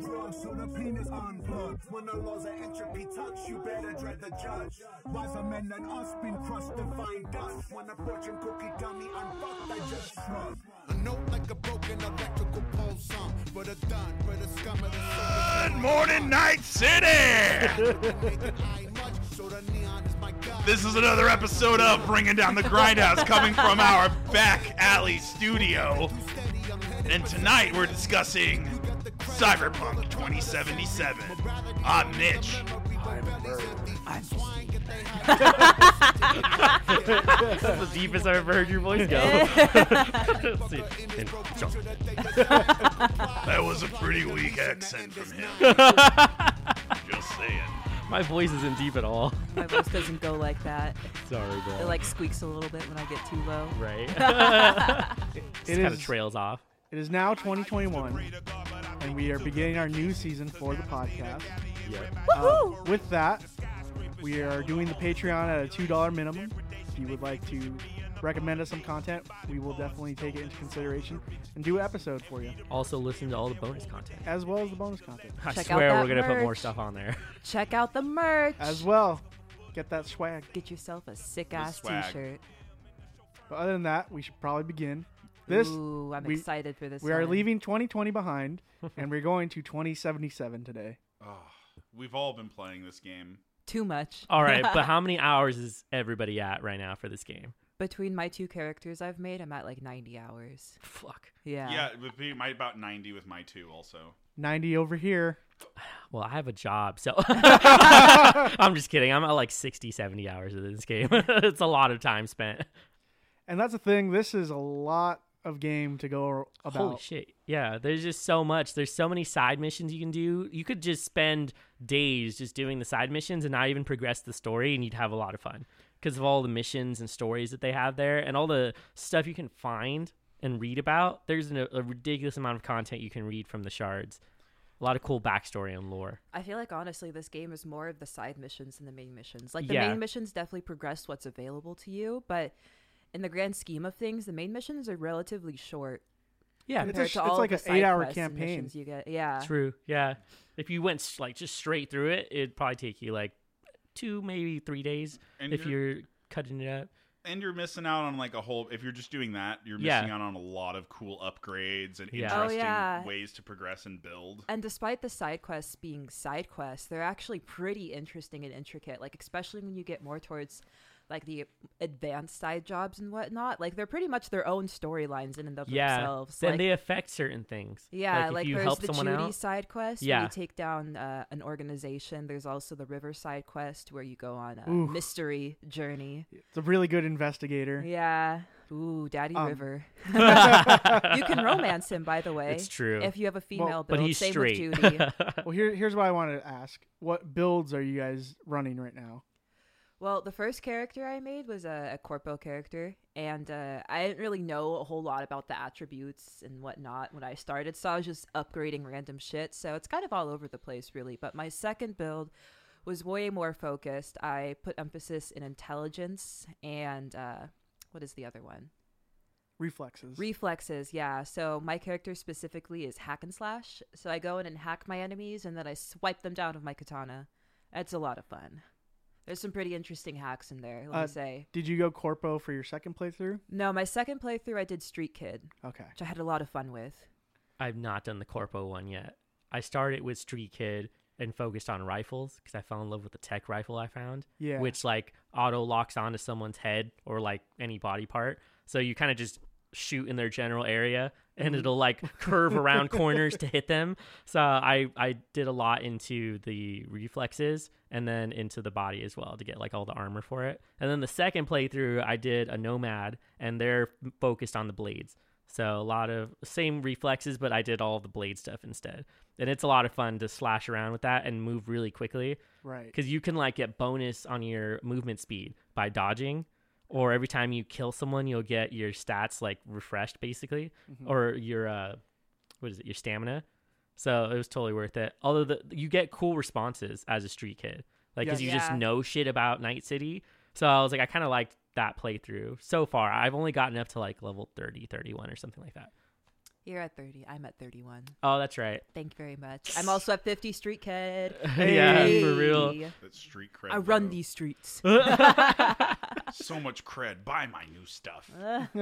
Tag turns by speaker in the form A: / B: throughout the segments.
A: drugs, so the penis unplugged. When the laws of entropy touch, you better dread the judge. Wiser men than us been crushed to find dust. When a fortune cookie dummy unfucked, I just shrug.
B: A note like a broken electrical pole song. But a done, but a scum of the sun.
C: Good morning, Night City!
B: Naked eye much, so the neon is my god.
C: this is another episode of Bringing Down the Grindhouse coming from our back alley
B: You
C: studio.
B: steady, I'm headed
C: And
B: for
C: tonight we're discussing Cyberpunk 2077. I'm Mitch.
D: That's the deepest I've ever heard your voice go. Let's see. And jump.
C: That was a pretty weak accent from him. Just saying.
D: My voice isn't deep at all.
E: My voice doesn't go like that.
D: Sorry, bro.
E: It like squeaks a little bit when I get too low.
D: right.
F: It
D: kind of
F: is,
D: trails off.
F: it is now 2021, and we are beginning our new season for the podcast.
D: Yep.
F: Um, with that, we are doing the Patreon at a $2 minimum. If you would like to recommend us some content, we will definitely take it into consideration and do an episode for you,
D: Also, listen to all the bonus content.
F: as well as the bonus content.
D: I
E: Check out
D: swear
E: that
D: we're gonna put more
E: merch.
D: stuff on there.
E: Check out the merch.
F: As well, get that swag.
E: Get yourself a sick ass t
C: swag.
E: shirt.
F: But other than that, we should probably begin. This,
E: Ooh, I'm
F: we-
E: excited for this.
F: we are
E: one.
F: leaving 2020 behind, and we're going to 2077 today.
C: We've all been playing this game.
E: Too much.
D: All right, but how many hours is everybody at right now for this game?
E: Between my two characters I've made, I'm at like 90 hours.
D: Fuck.
E: Yeah.
C: Yeah, it would be my about 90 with my two also.
F: 90 over here.
D: Well, I have a job, so I'm just kidding. I'm at like 60, 70 hours of this game. it's a lot of time spent.
F: And that's the thing. This is a lot of game to go about.
D: Holy shit. Yeah, there's just so much. There's so many side missions you can do. You could just spend days just doing the side missions and not even progress the story, and you'd have a lot of fun because of all the missions and stories that they have there and all the stuff you can find and read about. There's an, a ridiculous amount of content you can read from the shards. A lot of cool backstory and lore.
E: I feel like honestly, this game is more of the side missions than the main missions. Like the
D: Yeah.
E: main missions definitely progress what's available to you, but in the grand scheme of things, the main missions are relatively short
D: Yeah,
F: It's a
E: compared
F: sh-
E: to
F: it's
E: all of
F: like
E: the
F: an
E: side
F: eight-hour
E: quests and
F: campaign.
E: missions you get. Yeah,
D: True. Yeah. If you went s- like just straight through it, it'd probably take you like two, maybe three days
C: And
D: if
C: you're-
D: you're cutting it up.
C: And you're missing out on like a whole. If you're just doing that, you're
D: Yeah.
C: missing out on a lot of cool upgrades and
D: Yeah. Oh,
C: interesting
E: yeah.
C: ways to progress and build.
E: And despite the side quests being side quests, they're actually pretty interesting and intricate. Like especially when you get more towards like the advanced side jobs and whatnot. Like they're pretty much their own storylines in and of themselves.
D: Then
E: like,
D: they affect certain things.
E: yeah,
D: if
E: like,
D: you
E: there's
D: help
E: the
D: someone
E: Judy
D: out.
E: side quest where
D: Yeah.
E: you take down uh, an organization. There's also the river side quest where you go on a
F: Oof.
E: mystery journey.
F: It's a really good investigator.
E: Yeah. Ooh, Daddy
F: Um.
E: River. you can romance him, by the way.
D: It's true.
E: If you have a female build,
D: but he's
E: same
D: straight.
E: with Judy.
F: Well, here, here's what I wanted to ask. What builds are you guys running right now?
E: Well, the first character I made was a, a corpo character, and uh, I didn't really know a whole lot about the attributes and whatnot when I started, so I was just upgrading random shit. So it's kind of all over the place, really. But my second build was way more focused. I put emphasis in intelligence and uh, what is the other one?
F: Reflexes.
E: Reflexes, yeah. So my character specifically is hack and slash. So I go in and hack my enemies, and then I swipe them down with my katana. That's a lot of fun. There's some pretty interesting hacks in there. Let
F: Uh,
E: me say.
F: Did you go corpo for your second playthrough?
E: No, my second playthrough, I did Street Kid,
F: Okay.
E: which I had a lot of fun with.
D: I've not done the corpo one yet. I started with Street Kid and focused on rifles because I fell in love with the tech rifle I found,
F: Yeah.
D: which like auto locks onto someone's head or like any body part. So you kind of just shoot in their general area and it'll like curve around corners to hit them. So I I did a lot into the reflexes and then into the body as well to get like all the armor for it. And then the second playthrough I did a nomad and they're focused on the blades. So a lot of same reflexes, but I did all the blade stuff instead. And it's a lot of fun to slash around with that and move really quickly
F: Right.
D: because you can like get bonus on your movement speed by dodging or every time you kill someone you'll get your stats like refreshed basically or your uh what is it your stamina so it was totally worth it although the, you get cool responses as a street kid like because
F: Yes.
D: you just
E: Yeah.
D: know shit about night city so i was like i kind of liked that playthrough so far i've only gotten up to like level 30 31 or something like that
E: You're at 30. I'm at 31.
D: Oh, that's right.
E: Thank you very much. I'm also at 50 street kid.
D: Yeah, for real.
E: Hey.
C: That street cred.
E: I run
C: though.
E: these streets.
C: So much cred. Buy my new stuff.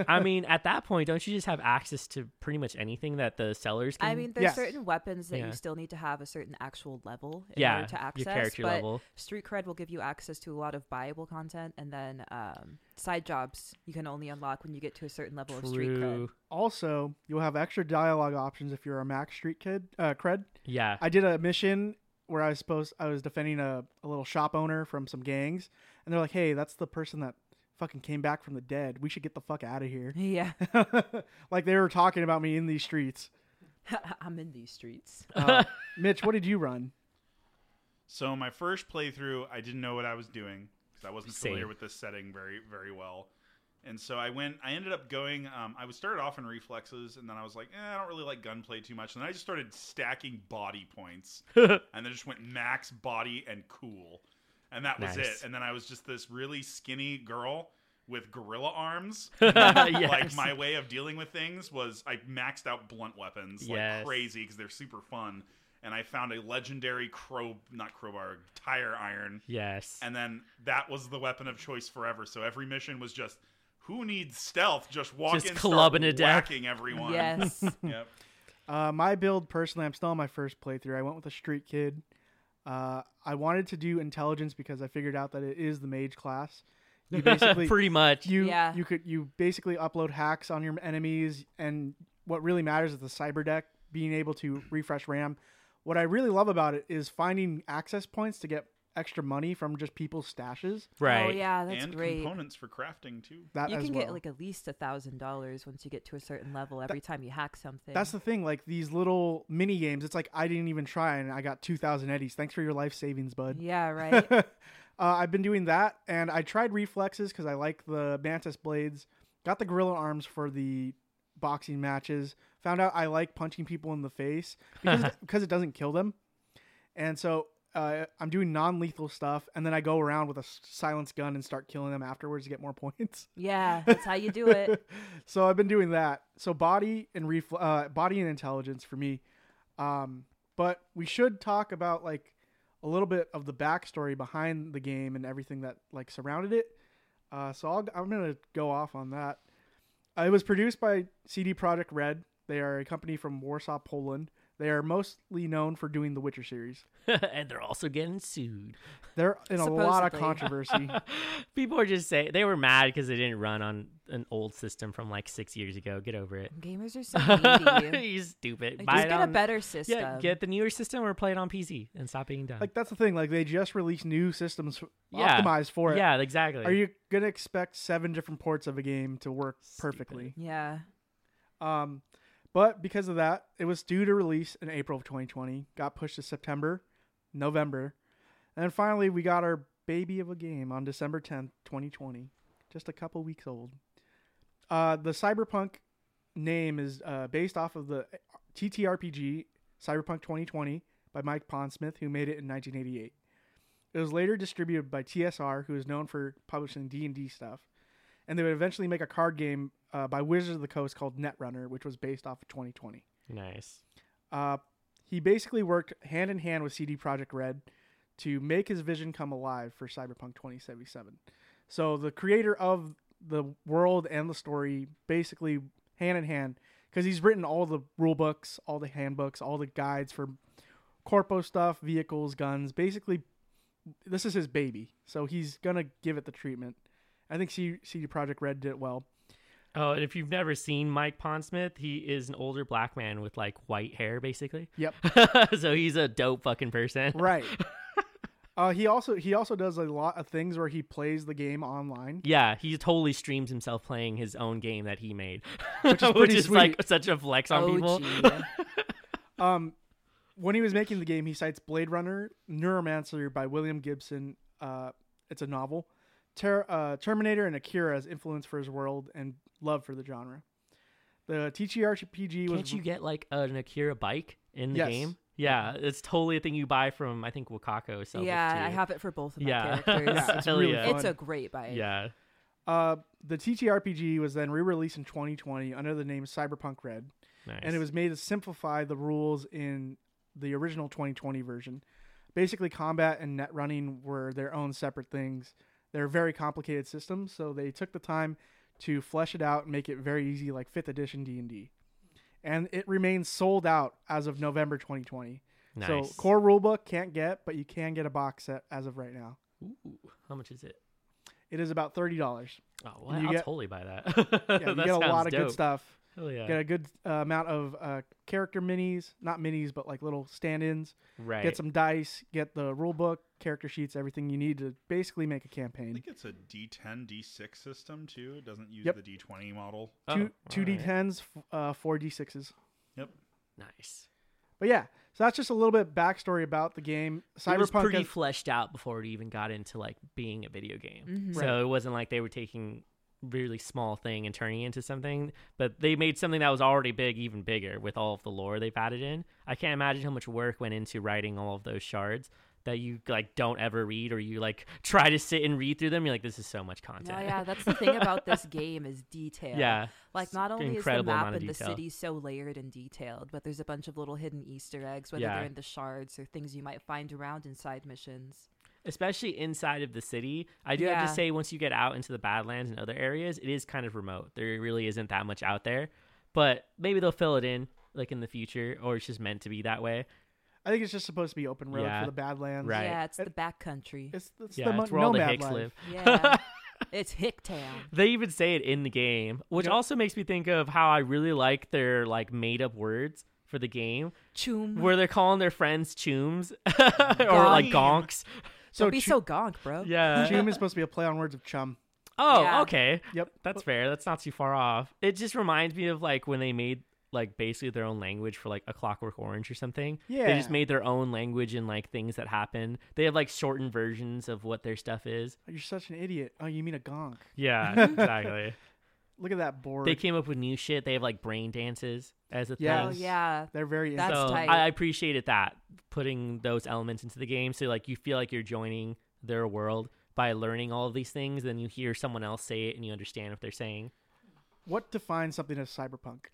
D: I mean, at that point, don't you just have access to pretty much anything that the sellers can?
E: I mean, there's
F: Yes.
E: certain weapons that
D: Yeah.
E: you still need to have a certain actual level in
D: Yeah,
E: order to
D: your
E: access.
D: character
E: but
D: level.
E: Street cred will give you access to a lot of buyable content, and then um, side jobs you can only unlock when you get to a certain level of street cred.
D: True.
F: Also, you'll have extra dialogue options if you're a max street kid uh, cred.
D: Yeah.
F: I did a mission where I was supposed I was defending a, a little shop owner from some gangs, and they're like, "Hey, that's the person that fucking came back from the dead. We should get the fuck out of here."
E: Yeah,
F: like they were talking about me in these streets.
E: I'm in these streets.
F: Uh, Mitch, what did you run?
C: So my first playthrough, I didn't know what I was doing because I wasn't familiar
D: Same.
C: with this setting very, very well. And so I went. I ended up going. Um, I was started off in reflexes, and then I was like, eh, I don't really like gunplay too much. And then I just started stacking body points, and then just went max body and cool, and that was
D: Nice.
C: it. And then I was just this really skinny girl with gorilla arms.
D: yes.
C: Like my way of dealing with things was I maxed out blunt weapons like
D: Yes.
C: crazy because they're super fun. And I found a legendary crow, not crowbar, tire iron.
D: yes.
C: And then that was the weapon of choice forever. So every mission was just who needs stealth? Just walk
D: Just
C: in,
D: clubbing
C: start
D: to death.
C: whacking everyone.
E: Yes, Oh,
C: Yep.
F: Uh, my build personally, I'm still on my first playthrough. I went with a street kid. Uh, I wanted to do intelligence because I figured out that it is the mage class. You basically
D: pretty much.
F: you
E: Yeah.
F: you could you basically upload hacks on your enemies, and what really matters is the cyber deck being able to refresh RAM. What I really love about it is finding access points to get extra money from just people's stashes.
D: right.
E: Oh yeah, that's
C: and
E: great.
C: components for crafting too.
F: That
E: You
F: as
E: can
F: well.
E: get like at least a thousand dollars once you get to a certain level every time you hack something.
F: That's the thing, like these little mini games. It's like I didn't even try, and I got two thousand eddies. Thanks for your life savings, bud.
E: yeah, right.
F: uh, I've been doing that, and I tried reflexes because I like the mantis blades. Got the gorilla arms for the boxing matches. Found out I like punching people in the face because, because it doesn't kill them. And so uh, I'm doing non lethal stuff, and then I go around with a s- silenced gun and start killing them afterwards to get more points.
E: yeah, that's how you do it.
F: so I've been doing that. So body and refl- uh, body and intelligence for me. Um, but we should talk about like a little bit of the backstory behind the game and everything that like surrounded it. Uh, so I'll, I'm gonna go off on that. Uh, it was produced by CD Projekt Red. They are a company from Warsaw, Poland. They are mostly known for doing the Witcher series.
D: and they're also getting sued.
F: They're in a lot of
E: Supposedly.
F: controversy.
D: People are just saying they were mad because they didn't run on an old system from like six years ago. Get over it.
E: Gamers are so needy.
D: you stupid.
E: Like,
D: Buy
E: just
D: it
E: get a
D: on-
E: better system.
D: Yeah, get the newer system or play it on PC and stop being dumb.
F: like that's the thing. Like they just released new systems f-
D: Yeah.
F: optimized for it.
D: yeah, exactly.
F: Are you gonna expect seven different ports of a game to work perfectly?
E: yeah.
F: Um, but because of that, it was due to release in April of 2020. Got pushed to September, November, and then finally we got our baby of a game on December 10th, 2020. Just a couple weeks old. Uh, the Cyberpunk name is uh, based off of the TTRPG Cyberpunk 2020 by Mike Pondsmith, who made it in 1988. It was later distributed by TSR, who is known for publishing D&D stuff, and they would eventually make a card game uh, by Wizards of the Coast called Netrunner, which was based off of 2020.
D: nice.
F: Uh, he basically worked hand in hand with CD Projekt Red to make his vision come alive for Cyberpunk 2077. So the creator of the world and the story basically hand in hand because he's written all the rule books, all the handbooks, all the guides for corpo stuff, vehicles, guns. Basically, this is his baby, so he's gonna give it the treatment. I think C- CD Projekt Red did it well.
D: Oh, and if you've never seen Mike Pondsmith, he is an older black man with like white hair, basically.
F: Yep.
D: so he's a dope fucking person.
F: right uh, he also he also does a lot of things where he plays the game online
D: Yeah, he totally streams himself playing his own game that he made,
F: Which is pretty
D: like such a flex on people.
E: OG.
F: um when he was making the game he cites blade runner neuromancer by william gibson uh it's a novel Ter- uh, terminator and akira as influence for his world and love for the genre the TTRPG was
D: Can't you get like an Akira bike in the
F: Yes.
D: game? Yeah, it's totally a thing you buy from I think Wakako. sells it
E: yeah, I
D: too.
E: have it for both of my
D: Yeah.
E: characters.
F: Yeah, it's
D: Hell
F: really
D: yeah.
F: fun.
E: It's a great bike.
D: Yeah,
F: Uh, the TTRPG was then re-released in 2020 under the name Cyberpunk Red. and it was made to simplify the rules in the original 2020 version. Basically, combat and net running were their own separate things. They're very complicated systems, so they took the time to flesh it out and make it very easy, like fifth edition D and D. And it remains sold out as of November 2020. So
D: Nice.
F: core rulebook can't get, but you can get a box set as of right now.
D: Ooh, how much is it?
F: It is about thirty dollars.
D: Oh, well,
F: you
D: I'll
F: get-
D: totally buy that.
F: Yeah, you
D: That
F: get a lot
D: sounds
F: of
D: dope.
F: good stuff.
D: Hell yeah.
F: Get a good uh, amount of uh, character minis, not minis, but like little stand-ins.
D: right.
F: Get some dice. Get the rule book, character sheets, everything you need to basically make a
C: I
F: campaign.
C: think it's a D10, D6 system too. It doesn't use
F: Yep.
C: the D20 model.
D: Oh,
F: Two two
D: alright.
F: d10s, f- uh, four d6s.
C: Yep.
D: Nice.
F: But yeah, so that's just a little bit backstory about the game.
D: it was
F: Cyberpunk.
D: pretty
F: has-
D: fleshed out before it even got into like being a video game. So
F: Right.
D: it wasn't like they were taking really small thing and turning it into something, but they made something that was already big even bigger with all of the lore they've added in. I can't imagine how much work went into writing all of those shards that you like don't ever read or you like try to sit and read through them. You're like, this is so much content.
E: No, yeah, that's the thing about this game is detail.
D: Yeah,
E: Like
D: it's
E: not only is the
D: incredible
E: map
D: amount of
E: and the
D: detail.
E: city so layered and detailed, but there's a bunch of little hidden Easter eggs, whether
D: Yeah.
E: they're in the shards or things you might find around in side missions.
D: especially inside of the city. I do have
E: Yeah.
D: to say, once you get out into the Badlands and other areas, it is kind of remote. There really isn't that much out there, but maybe they'll fill it in like in the future, or it's just meant to be that way.
F: I think it's just supposed to be open road
D: Yeah.
F: for the Badlands.
D: Right.
E: Yeah, it's
F: It-
E: the backcountry.
F: It's, it's
D: Yeah,
F: the mo-
D: it's where all the
F: nomad
D: hicks
F: life.
D: live.
E: Yeah. it's Hicktown.
D: They even say it in the game, which
F: Yep.
D: also makes me think of how I really like their like made up words for the game,
E: Choom.
D: where they're calling their friends chooms or like
C: Gong.
D: gonks.
F: So
E: Don't be
F: Chu-
E: so gonk, bro.
D: Yeah.
F: Chum is supposed to be a play on words of chum.
D: Oh,
E: Yeah.
D: okay.
F: Yep.
D: That's fair. That's not too far off. It just reminds me of like when they made like basically their own language for like a Clockwork Orange or something. They just
F: Yeah.
D: made their own language and like things that happen. They have like shortened versions of what their stuff is.
F: You're such an idiot. Oh, you mean a gonk?
D: Yeah, exactly.
F: Look at that board.
D: they came up with new shit. They have like brain dances as a
E: Oh
F: Yes.
D: thing.
E: yeah.
F: They're very
E: That's
D: so
E: tight.
D: I appreciated that putting those elements into the game. So like you feel like you're joining their world by learning all of these things. Then you hear someone else say it and you understand what they're saying.
F: What defines something as cyberpunk?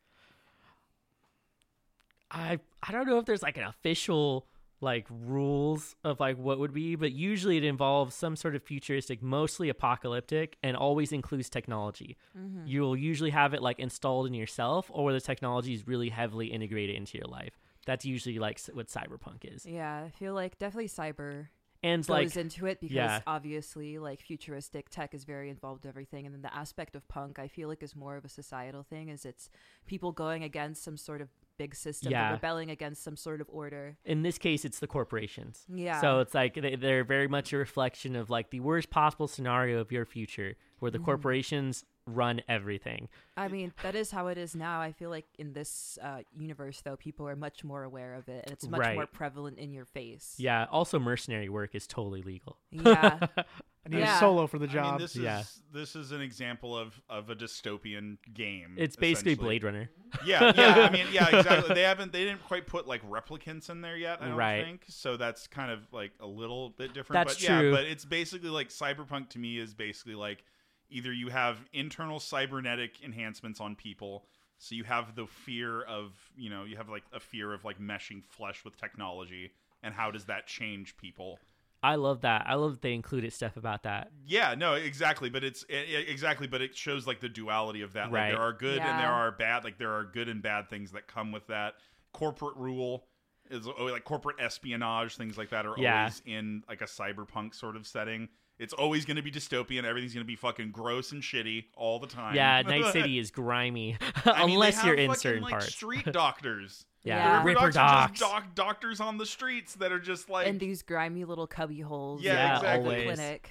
D: I I don't know if there's like an official like rules of like what would be, but usually it involves some sort of futuristic, mostly apocalyptic, and always includes technology.
E: Mm-hmm.
D: You'll usually have it like installed in yourself, or where the technology is really heavily integrated into your life. That's usually like s- what cyberpunk is,
E: Yeah, I feel like definitely cyber
D: and
E: goes
D: like
E: into it because
D: yeah.
E: obviously like futuristic tech is very involved in everything and then the aspect of punk I feel like is more of a societal thing is it's people going against some sort of big system, they're
D: Yeah.
E: rebelling against some sort of order.
D: in this case it's the corporations
E: Yeah.
D: so it's like they, they're very much a reflection of like the worst possible scenario of your future where
E: Mm-hmm.
D: the corporations run everything
E: I mean, that is how it is now. I feel like in this uh, universe though, people are much more aware of it and it's much more
D: Right.
E: prevalent in your face.
D: yeah also mercenary work is totally legal
E: Yeah.
F: I need a
E: Yeah.
F: solo for the
C: I mean,
F: job.
C: this
D: Yeah.
C: is this is an example of of a dystopian game.
D: It's
C: Mm,
D: basically
C: essentially.
D: Blade Runner.
C: Yeah, yeah. I mean, yeah, exactly. They haven't they didn't quite put like replicants in there yet. I don't
D: Right.
C: think so. That's kind of like a little bit different.
D: That's
C: but yeah,
D: true.
C: but it's basically like cyberpunk to me is basically like either you have internal cybernetic enhancements on people. So you have the fear of, you know, you have like a fear of like meshing flesh with technology and how does that change people?
D: I love that. I love that they included stuff about that.
C: Yeah, no, exactly, but it's i- i- exactly, but it shows like the duality of that. Like
D: Right.
C: there are good and there
E: Yeah.
C: are bad. Like there are good and bad things that come with that. Corporate rule is oh, like corporate espionage, things like that are
D: Yeah.
C: always in like a cyberpunk sort of setting. It's always going to be dystopian. Everything's going to be fucking gross and shitty all the time.
D: Yeah, Night City is grimy
C: I mean, they
D: unless
C: have
D: you're in
C: fucking,
D: certain
C: like,
D: parts.
C: Street doctors.
E: Yeah.
D: yeah,
E: The
D: Ripper
C: Doctors are
D: Docs.
C: just doc- doctors on the streets that are just like
E: and these grimy little cubby holes
C: Yeah,
E: in
C: Yeah,
E: the
C: exactly.
D: always.
E: clinic.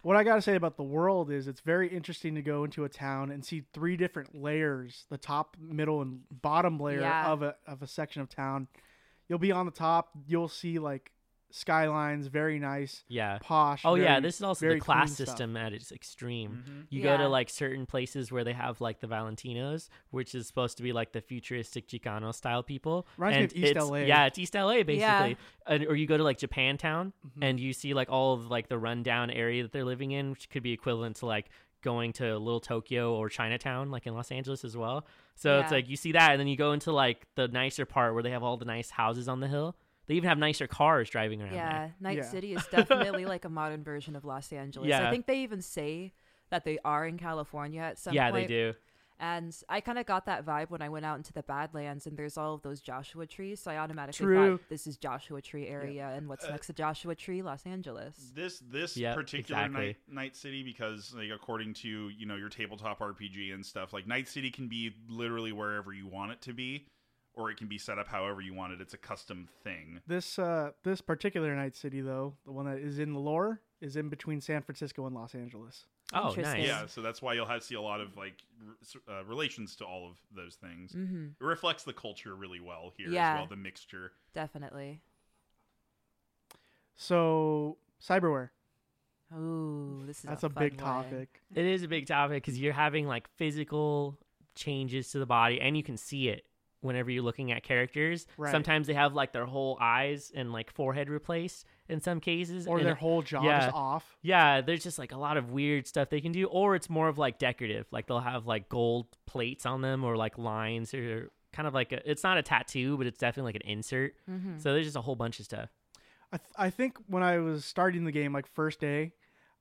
F: what I got to say about the world is it's very interesting to go into a town and see three different layers the top, middle, and bottom layer
E: Yeah.
F: of, a, of a section of town. You'll be on the top, you'll see like skylines, very nice,
D: Yeah.
F: posh.
D: Oh yeah,
F: very-
D: this is also
F: very
D: the class
F: clean stuff. Mm-hmm.
D: system at its extreme. You go
E: Yeah.
D: to like certain places where they have like the Valentinos, which is supposed to be like the futuristic Chicano style people.
F: Reminds me
D: and
F: of East
D: it's-
F: LA.
D: Yeah, it's East LA basically.
E: Yeah.
D: And, or you go to like
F: Mm-hmm.
D: Japantown and you see like all of like the rundown area that they're living in, which could be equivalent to like going to Little Tokyo or Chinatown, like in Los Angeles as well. So it's
E: Yeah.
D: like you see that, and then you go into like the nicer part where they have all the nice houses on the hill. They even have nicer cars driving around
E: Yeah,
D: there.
E: Night
F: Yeah.
E: City is definitely like a modern version of Los Angeles.
D: Yeah.
E: I think they even say that they are in California at some
D: yeah,
E: point.
D: they do.
E: And I kind of got that vibe when I went out into the Badlands and there's all of those Joshua trees. So I automatically
F: True. Uh,
E: thought this is Joshua Tree area. And what's next to Joshua Tree? Los Angeles.
C: This this
D: Yep,
C: particular
D: exactly.
C: night Night City because like according to you know your tabletop RPG and stuff like Night City can be literally wherever you want it to be, or it can be set up however you want it. It's a custom thing.
F: This uh this particular night city though, the one that is in the lore, is in between San Francisco and Los Angeles.
D: Oh,
E: Interesting.
D: nice.
E: Yes.
C: Yeah, so that's why you'll have see a lot of like r- s- uh, relations to all of those things.
D: Mm.
F: Mm.
E: hmm
C: It reflects the culture really well here
E: Yeah.
C: as well. The mixture.
E: Definitely.
F: So cyberware.
E: Ooh, this is
F: That's
E: a,
F: a big
E: fun one.
F: topic.
D: It is a big topic because you're having like physical changes to the body, and you can see it whenever you're looking at characters.
F: Right.
D: Sometimes they have like their whole eyes and like forehead replaced in some cases,
F: Or
D: and
F: their
D: it-
F: whole jaw
D: yeah.
F: is off.
D: Yeah, there's just like a lot of weird stuff they can do, or it's more of like decorative. Like they'll have like gold plates on them, or like lines, or kind of like a, it's not a tattoo, but it's definitely like an insert.
E: Mm-hmm.
D: So there's just a whole bunch of stuff.
F: I, th- I think when I was starting the game, like first day,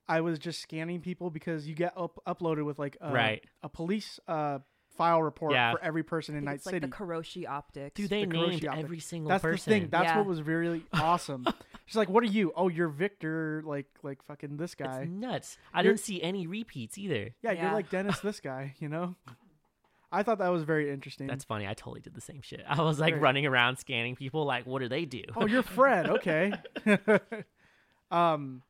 F: I was just scanning people because you get up- uploaded with like a,
D: Right.
F: a police uh, file report
D: Yeah.
F: for every person
E: I
F: in
E: think
F: Night
E: it's like
F: City.
E: the Kuroshi optics.
D: Dude, they
F: the Kuroshi
D: named
F: optic.
D: every single
F: That's
D: person.
F: the thing. That's
E: Yeah.
F: what was really awesome. She's like, "What are you? Oh, you're Victor. Like, like fucking this guy.
D: it's nuts. I
F: You're-
D: didn't see any repeats either.
F: yeah, you're
E: Yeah.
F: like Dennis. This guy. You know." I thought that was very interesting.
D: That's funny. I totally did the same shit. I was like
F: Right.
D: running around scanning people. Like, what do they do?
F: oh, you're Fred. Okay. um,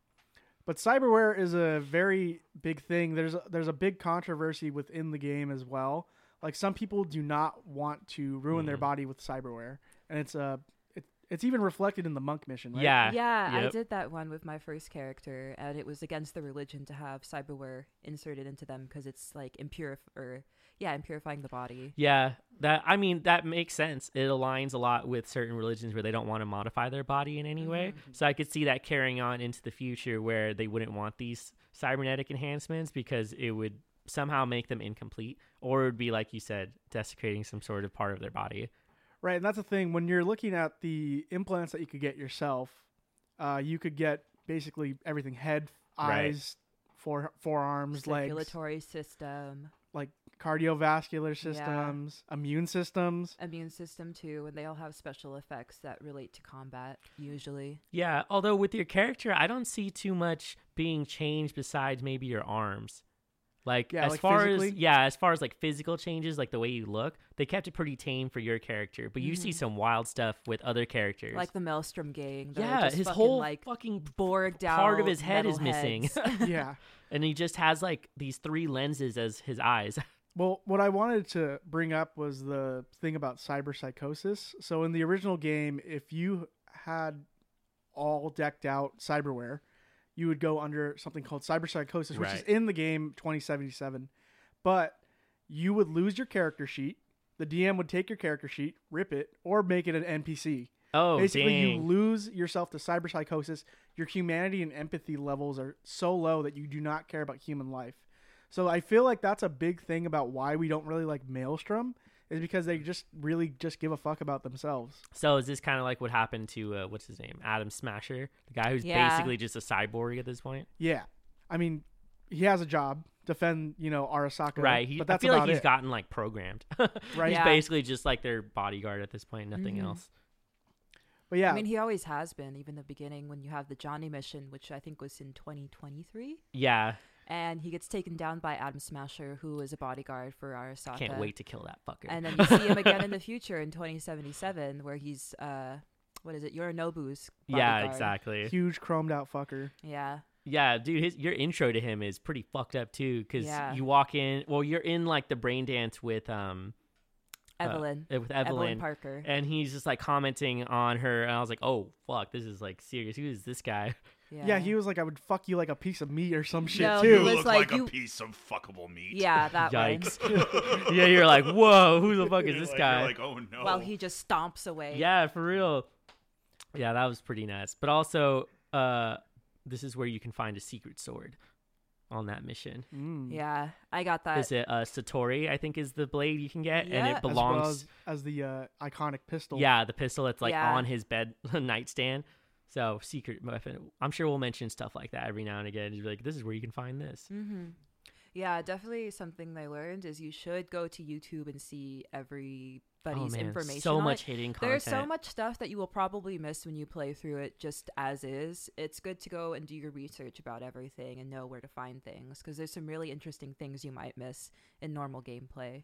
F: but cyberware is a very big thing. There's a, there's a big controversy within the game as well. Like some people do not want to ruin their
D: Mm.
F: body with cyberware, and it's a it, it's even reflected in the monk mission. Right?
D: Yeah.
E: Yeah, I
D: Yep.
E: did that one with my first character, and it was against the religion to have cyberware inserted into them because it's like impurif or yeah, impurifying the body.
D: Yeah, that I mean that makes sense. It aligns a lot with certain religions where they don't want to modify their body in any way. So I could see that carrying on into the future where they wouldn't want these cybernetic enhancements because it would somehow make them incomplete or it would be like you said desecrating some sort of part of their body.
F: Right, and that's the thing. When you're looking at the implants that you could get yourself, uh, you could get basically everything: head,
D: Right.
F: eyes, fore, forearms, legs,
E: Circulatory system,
F: like cardiovascular systems, immune systems.
E: immune system too, and they all have special effects that relate to combat usually.
D: Yeah, although with your character I don't see too much being changed besides maybe your arms. Like
F: Yeah,
D: as
F: like
D: far as
F: physically?
D: yeah, as far as like physical changes, like the way you look, they kept it pretty tame for your character. But you see some wild stuff with other characters.
E: Mm-hmm. Like the Maelstrom gang. they're
D: Yeah,
E: just
D: his
E: fucking,
D: whole
E: like
D: fucking
E: bored down
D: part of his head is missing,
F: yeah.
D: and he just has like these three lenses as his eyes.
F: Well, what I wanted to bring up was the thing about cyberpsychosis. So in the original game, if you had all decked out cyberware, you would go under something called cyberpsychosis, which is
D: Right.
F: in the game 2077. But you would lose your character sheet. The DM would take your character sheet, rip it, or make it an NPC.
D: Oh,
F: Basically, you
D: dang!
F: lose yourself to cyberpsychosis. Your humanity and empathy levels are so low that you do not care about human life. So I feel like that's a big thing about why we don't really like Maelstrom is because they just really just give a fuck about themselves.
D: so is this kind of like what happened to uh, what's his name, Adam Smasher, the guy who's
E: Yeah.
D: basically just a cyborg at this point,
F: Yeah, I mean, he has a job defend you know Arasaka,
D: right? He,
F: but that's
D: I feel
F: about
D: like he's
F: it.
D: gotten like programmed.
F: Right.
D: he's
E: Yeah. Mm-hmm.
D: basically just like their bodyguard at this point, nothing else.
F: but yeah,
E: I mean, he always has been, even the beginning when you have the Johnny mission, which I think was in 2023.
D: Yeah,
E: and he gets taken down by Adam Smasher, who is a bodyguard for Arasaka.
D: can't wait to kill that fucker.
E: And then you see him again in the future in 2077, where he's uh, what is it, Yorinobu's?
D: yeah,
E: bodyguard.
D: exactly.
F: huge chromed out fucker.
E: Yeah,
D: Yeah, dude, his, your intro to him is pretty fucked up too, because
E: Yeah.
D: you walk in, well, you're in like the brain dance with um uh,
E: Evelyn,
D: uh, with
E: Evelyn,
D: Evelyn,
E: Parker.
D: and he's just like commenting on her, and I was like, oh fuck, this is like serious. Who is this guy?
E: Yeah,
F: Yeah. he was like, I would fuck you like a piece of meat or some shit
E: No,
F: too.
E: he
C: You
E: was
C: look
E: like,
C: like, a
E: you-
C: piece of fuckable meat.
E: Yeah, that one.
D: Yikes. yeah, you're like, whoa, who the fuck is
C: You're
D: this
C: like-
D: guy?
C: You're like, oh no.
E: Well, he just stomps away.
D: Yeah, for real. Yeah, that was pretty nuts. But also, uh, this is where you can find a secret sword. on that mission.
F: Mm.
E: Yeah, I got that.
D: Is it uh, Satori? I think is the blade you can get, and
E: Yeah.
D: it
E: As
F: as
D: belongs.
F: well as, as the uh, iconic pistol.
D: Yeah, the pistol that's like
E: Yeah.
D: on his bed nightstand. So secret weapon. I'm sure we'll mention stuff like that every now and again. Just be like, this is where you can find this.
E: Mm-hmm. Yeah, definitely something I learned is you should go to YouTube and see everybody's
D: Oh, man,
E: information.
D: so
E: on
D: much
E: it.
D: hidden
E: There's so
D: content.
E: much stuff that you will probably miss when you play through it just as is. It's good to go and do your research about everything and know where to find things because there's some really interesting things you might miss in normal gameplay.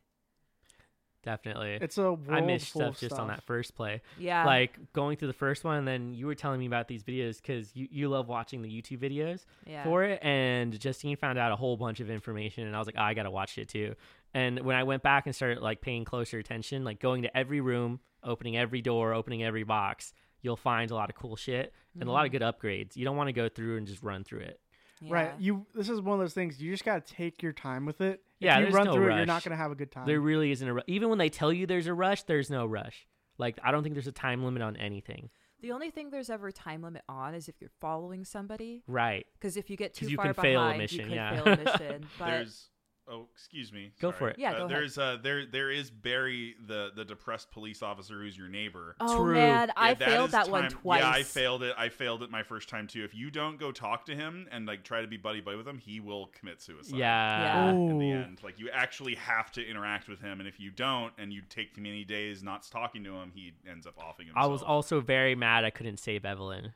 D: Definitely.
F: It's a world
D: I missed
F: full
D: stuff
F: of
D: just on that first play.
E: Yeah.
D: Like going through the first one, and then you were telling me about these videos because you, you love watching the YouTube videos
E: Yeah.
D: for it. And Justine found out a whole bunch of information, and I was like, oh, I got to watch it too. And when I went back and started like paying closer attention, like going to every room, opening every door, opening every box, you'll find a lot of cool shit and a lot of good upgrades. You don't want to go through and just run through it.
F: Right.
E: Yeah.
F: You. This is one of those things. You just gotta take your time with it.
D: Yeah,
F: If
D: there's
F: you run
D: no
F: through it,
D: rush.
F: you're not gonna have a good time.
D: There really isn't a ru- even when they tell you there's a rush, there's no rush. Like I don't think there's a time limit on anything.
E: The only thing there's ever time limit on is if you're following somebody.
D: Right.
E: Because if you get too
D: 'Cause you
E: far
D: can fail a
E: behind,
D: mission,
E: you could
D: yeah.
E: fail a mission. But
C: there's oh excuse me
D: Go
C: sorry.
D: for it.
C: Uh,
E: Yeah, go ahead.
C: there's uh there there is barry the the depressed police officer who's your neighbor
E: oh
D: True.
E: man, I
C: Yeah,
E: failed
C: is
E: that one
C: time-
E: twice.
C: Yeah, I failed it. I failed it my first time too. If you don't go talk to him and like try to be buddy buddy with him, he will commit suicide.
D: Yeah.
E: Yeah.
C: In the
F: Ooh.
C: end, like you actually have to interact with him, and if you don't, and you take too many days not talking to him, he ends up offing himself.
D: I was also very mad I couldn't save Evelyn.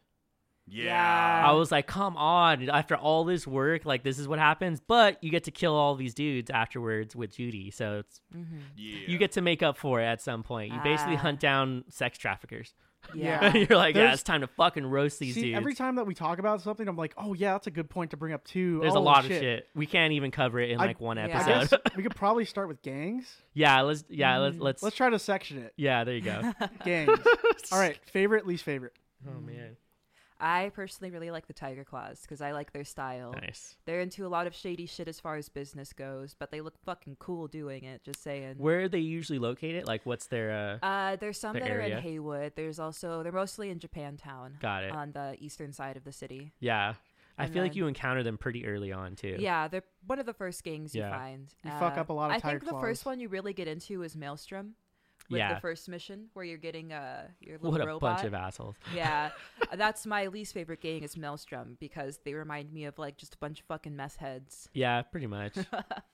C: yeah.
D: I
F: Uh,
D: was like, come on. After all this work, like, this is what happens. But you get to kill all these dudes afterwards with Judy. So it's,
C: yeah.
D: you get to make up for it at some point. You basically
E: Ah.
D: hunt down sex traffickers.
E: Yeah.
D: You're like, yeah,
F: There's-
D: it's time to fucking roast these
F: See,
D: dudes.
F: every time that we talk about something, I'm like, oh yeah, that's a good point to bring up too.
D: There's a
F: Oh,
D: lot of shit. We can't even cover it in
F: I-
D: like one
E: Yeah.
F: I
D: episode.
F: guess we could probably start with gangs.
D: yeah, let's, yeah, let's, let's,
F: Mm, Let's try to section it.
D: yeah, there you go.
F: Gangs. All right. Favorite, least favorite.
D: oh, man.
E: I personally really like the Tiger Claws because I like their style.
D: Nice.
E: They're into a lot of shady shit as far as business goes, but they look fucking cool doing it. Just saying.
D: Where are they usually located? Like, what's their, uh,
E: uh, there's some
D: The
E: that are
D: area?
E: in Haywood. There's also they're mostly in Japantown.
D: Got it.
E: On the eastern side of the city.
D: yeah. I
E: and
D: feel like
E: then-
D: you encounter them pretty early on, too.
E: uh, Yeah, they're one of the first gangs you
D: Yeah.
E: find. uh,
F: You fuck up a lot of
E: I
F: Tiger
E: think the first
F: Claws.
E: one you really get into is Maelstrom. With
D: Yeah.
E: the first mission where you're getting uh your little
D: What a
E: robot.
D: bunch of assholes.
E: yeah, Uh, that's my least favorite gang is Maelstrom because they remind me of like just a bunch of fucking mess heads.
D: Yeah, pretty much.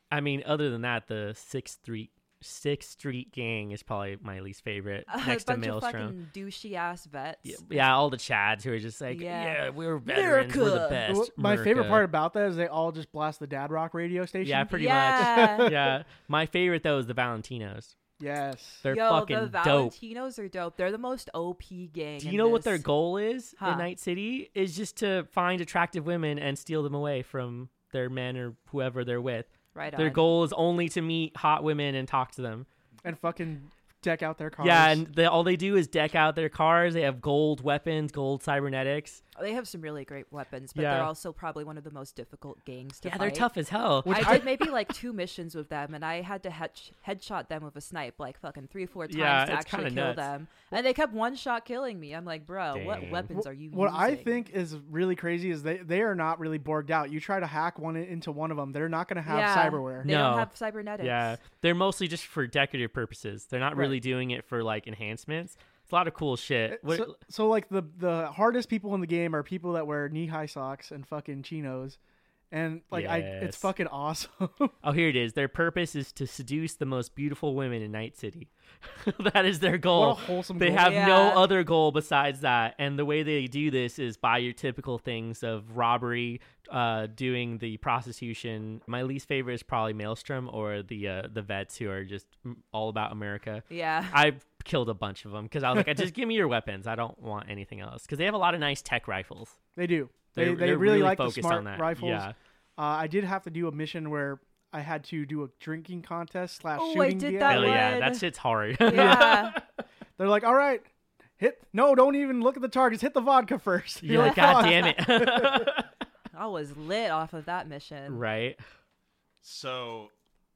D: I mean, other than that, the Sixth Street Sixth Street Gang is probably my least favorite, next to
E: a bunch of
D: Maelstrom.
E: fucking douchey ass vets.
D: Yeah, yeah, all the Chads who are just like, yeah,
E: Yeah.
D: we're veterans, we're the
E: America.
D: best.
F: Well, My favorite
D: Merca."
F: part about that is they all just blast the Dad Rock radio station.
D: yeah, pretty
E: yeah.
D: much. Yeah, my favorite though is the Valentinos.
F: Yes.
D: They're
E: Yo,
D: fucking
E: the
D: dope.
E: Valentinos are dope. They're the most OP gang.
D: Do you
E: in
D: know what their
E: this.
D: goal is
E: Huh.
D: in Night City? Is just to find attractive women and steal them away from their men or whoever they're with.
E: Right
D: Their
E: on.
D: goal is only to meet hot women and talk to them.
F: and fucking deck out their cars.
D: Yeah, and they, all they do is deck out their cars. They have gold weapons, gold cybernetics.
E: They have some really great weapons, but
D: Yeah.
E: they're also probably one of the most difficult gangs to
D: Yeah,
E: fight.
D: they're tough as hell.
E: I,
F: I-
E: did maybe like two missions with them, and I had to hetch- headshot them with a snipe like fucking three, four times
D: Yeah,
E: to
D: it's
E: actually
D: kinda
E: kill
D: nuts.
E: them. And they kept one shot killing me. I'm like, bro,
D: Dang.
E: what weapons
F: Wh-
E: are you
F: What I
E: using?"
F: think is really crazy is they they are not really borged out. You try to hack one in- into one of them, they're not going to have
E: yeah,
F: cyberware.
E: They
D: No.
E: don't have cybernetics.
D: yeah, they're mostly just for decorative purposes. They're not really doing it for like enhancements. It's a lot of cool shit. What,
F: So, so like the the hardest people in the game are people that wear knee high socks and fucking chinos, and like I it's
D: Yes.
F: fucking awesome.
D: oh, here it is. Their purpose is to seduce the most beautiful women in Night City. that is their goal.
F: wholesome
D: they
F: goal.
D: have no
E: Yeah.
D: other goal besides that. And the way they do this is by your typical things of robbery, uh, doing the prostitution. My least favorite is probably Maelstrom or the uh, the vets who are just m- all about America.
E: Yeah.
D: I killed a bunch of them because I was like, just give me your weapons. I don't want anything else because they have a lot of nice tech rifles.
F: they do. They
D: They're-
F: they
D: they're
F: really,
D: really
F: like the
D: focused
F: smart
D: on that.
F: rifles.
D: Yeah.
F: Uh, I did have to do a mission where I had to do a drinking contest slash
E: Oh, I
F: shooting.
E: did
F: game.
E: that
D: Hell yeah,
E: would-
D: that shit's hard.
E: yeah.
F: They're like, all right, hit. No, don't even look at the targets. Hit the vodka first.
D: You're like, God damn it.
E: I was lit off of that mission.
D: right.
C: So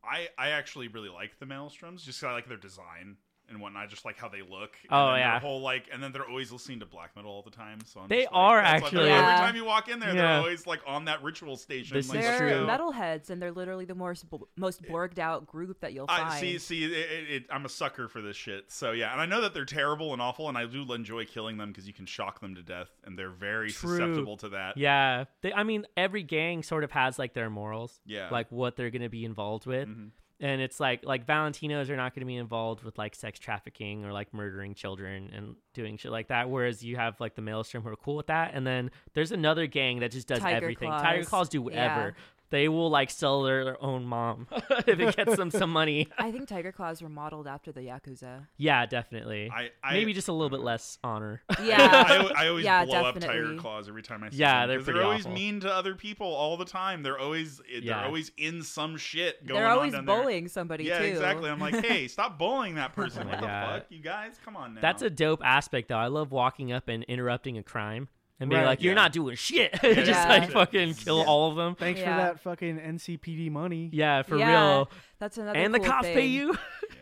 C: I I actually really like the Maelstroms just 'cause I like their design. and whatnot. I just like how they look. And
D: Oh,
C: then their
D: yeah.
C: whole like, and then they're always listening to black metal all the time. So I'm
D: They
C: just like,
D: are
C: that's what they're-
E: actually-
C: every
E: Yeah.
C: time you walk in there, they're
D: Yeah.
C: always like on that ritual station.
D: This
C: like,
D: is
C: let's
E: they're
C: go.
D: true.
E: metalheads, and they're literally the most bl- most borged out group that you'll find.
C: I see. See, it, it, it, I'm a sucker for this shit. So yeah, and I know that they're terrible and awful, and I do enjoy killing them because you can shock them to death, and they're very
D: True.
C: susceptible to that.
D: Yeah, they, I mean, every gang sort of has like their morals,
C: Yeah.
D: like what they're gonna be involved with,
C: Mhm.
D: and it's like like Valentinos are not gonna be involved with like sex trafficking or like murdering children and doing shit like that. Whereas you have like the Maelstrom who are cool with that, and then there's another gang that just does
E: Tiger
D: everything.
E: Claws.
D: Tiger Claws do whatever. They will like sell their, their own mom if it gets them some money.
E: I think Tiger Claws were modeled after the Yakuza.
D: Yeah, definitely.
C: I- I-
D: Maybe just a little bit less honor.
C: I,
E: Yeah,
C: al- I always
E: Yeah,
C: blow up
E: definitely.
C: Tiger Claws every time I see
D: Yeah,
C: them,
D: they're
C: 'cause
D: pretty
C: always
D: awful.
C: mean to other people all the time. They're always eh, they're
D: Yeah.
C: always in some shit going
E: they're
C: on
E: always
C: down there.
E: bullying somebody
C: Yeah,
E: too.
C: exactly. I'm like, hey, stop bullying that person.
D: Oh my
C: what the
D: God.
C: fuck, you guys? Come on now.
D: That's a dope aspect, though. I love walking up and interrupting a crime and being
F: Right.
D: like, "You're
C: Yeah.
D: not doing shit." Just
E: yeah.
D: like
C: Yeah.
D: fucking kill all of them.
F: Thanks
E: Yeah.
F: for that fucking NCPD money.
D: Yeah, for
E: Yeah,
D: real.
E: That's another.
D: And the
E: cool
D: cops pay
E: thing,
D: you.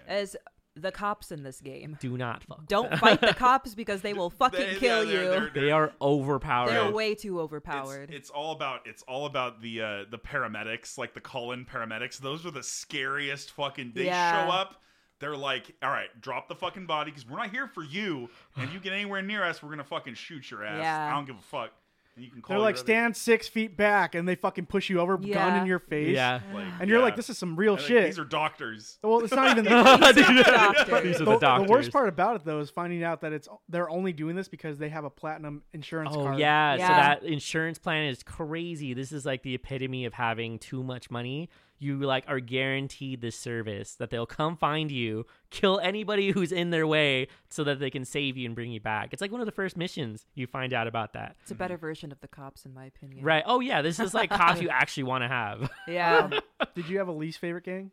E: As the cops in this game,
D: Do not fuck.
E: don't fight the cops because they will fucking
C: They-
E: kill
C: yeah, they're-
E: you.
C: they're-
D: They are overpowered.
E: They're
C: Yeah.
E: way too
C: it's-
E: overpowered.
C: It's, all about it's all about the uh, the paramedics, like the call-in paramedics. Those were the scariest fucking. They
E: Yeah.
C: show up. They're like, all right, drop the fucking body because we're not here for you. And if you get anywhere near us, we're gonna fucking shoot your ass.
E: Yeah.
C: I don't give a fuck. And you can call.
F: They're
C: your
F: like
C: other-
F: stand six feet back, and they fucking push you over, gun
E: Yeah.
F: in your face.
D: yeah.
C: like,
F: and you're
C: yeah.
F: like, this is some real
C: They're like,
F: shit.
C: These are doctors.
F: well, it's not even.
E: doctors.
D: These are
F: the,
D: the
F: the
D: doctors.
F: worst part about it though is finding out that it's they're only doing this because they have a platinum insurance
D: Oh
F: card.
D: yeah. so
E: Yeah.
D: that insurance plan is crazy. This is like the epitome of having too much money. You like are guaranteed this service that they'll come find you, kill anybody who's in their way, so that they can save you and bring you back. It's like one of the first missions you find out about that.
E: It's a better version of the cops, in my opinion.
D: Right. Oh yeah, this is like cops you actually want to have.
E: Yeah.
F: Did you have a least favorite gang?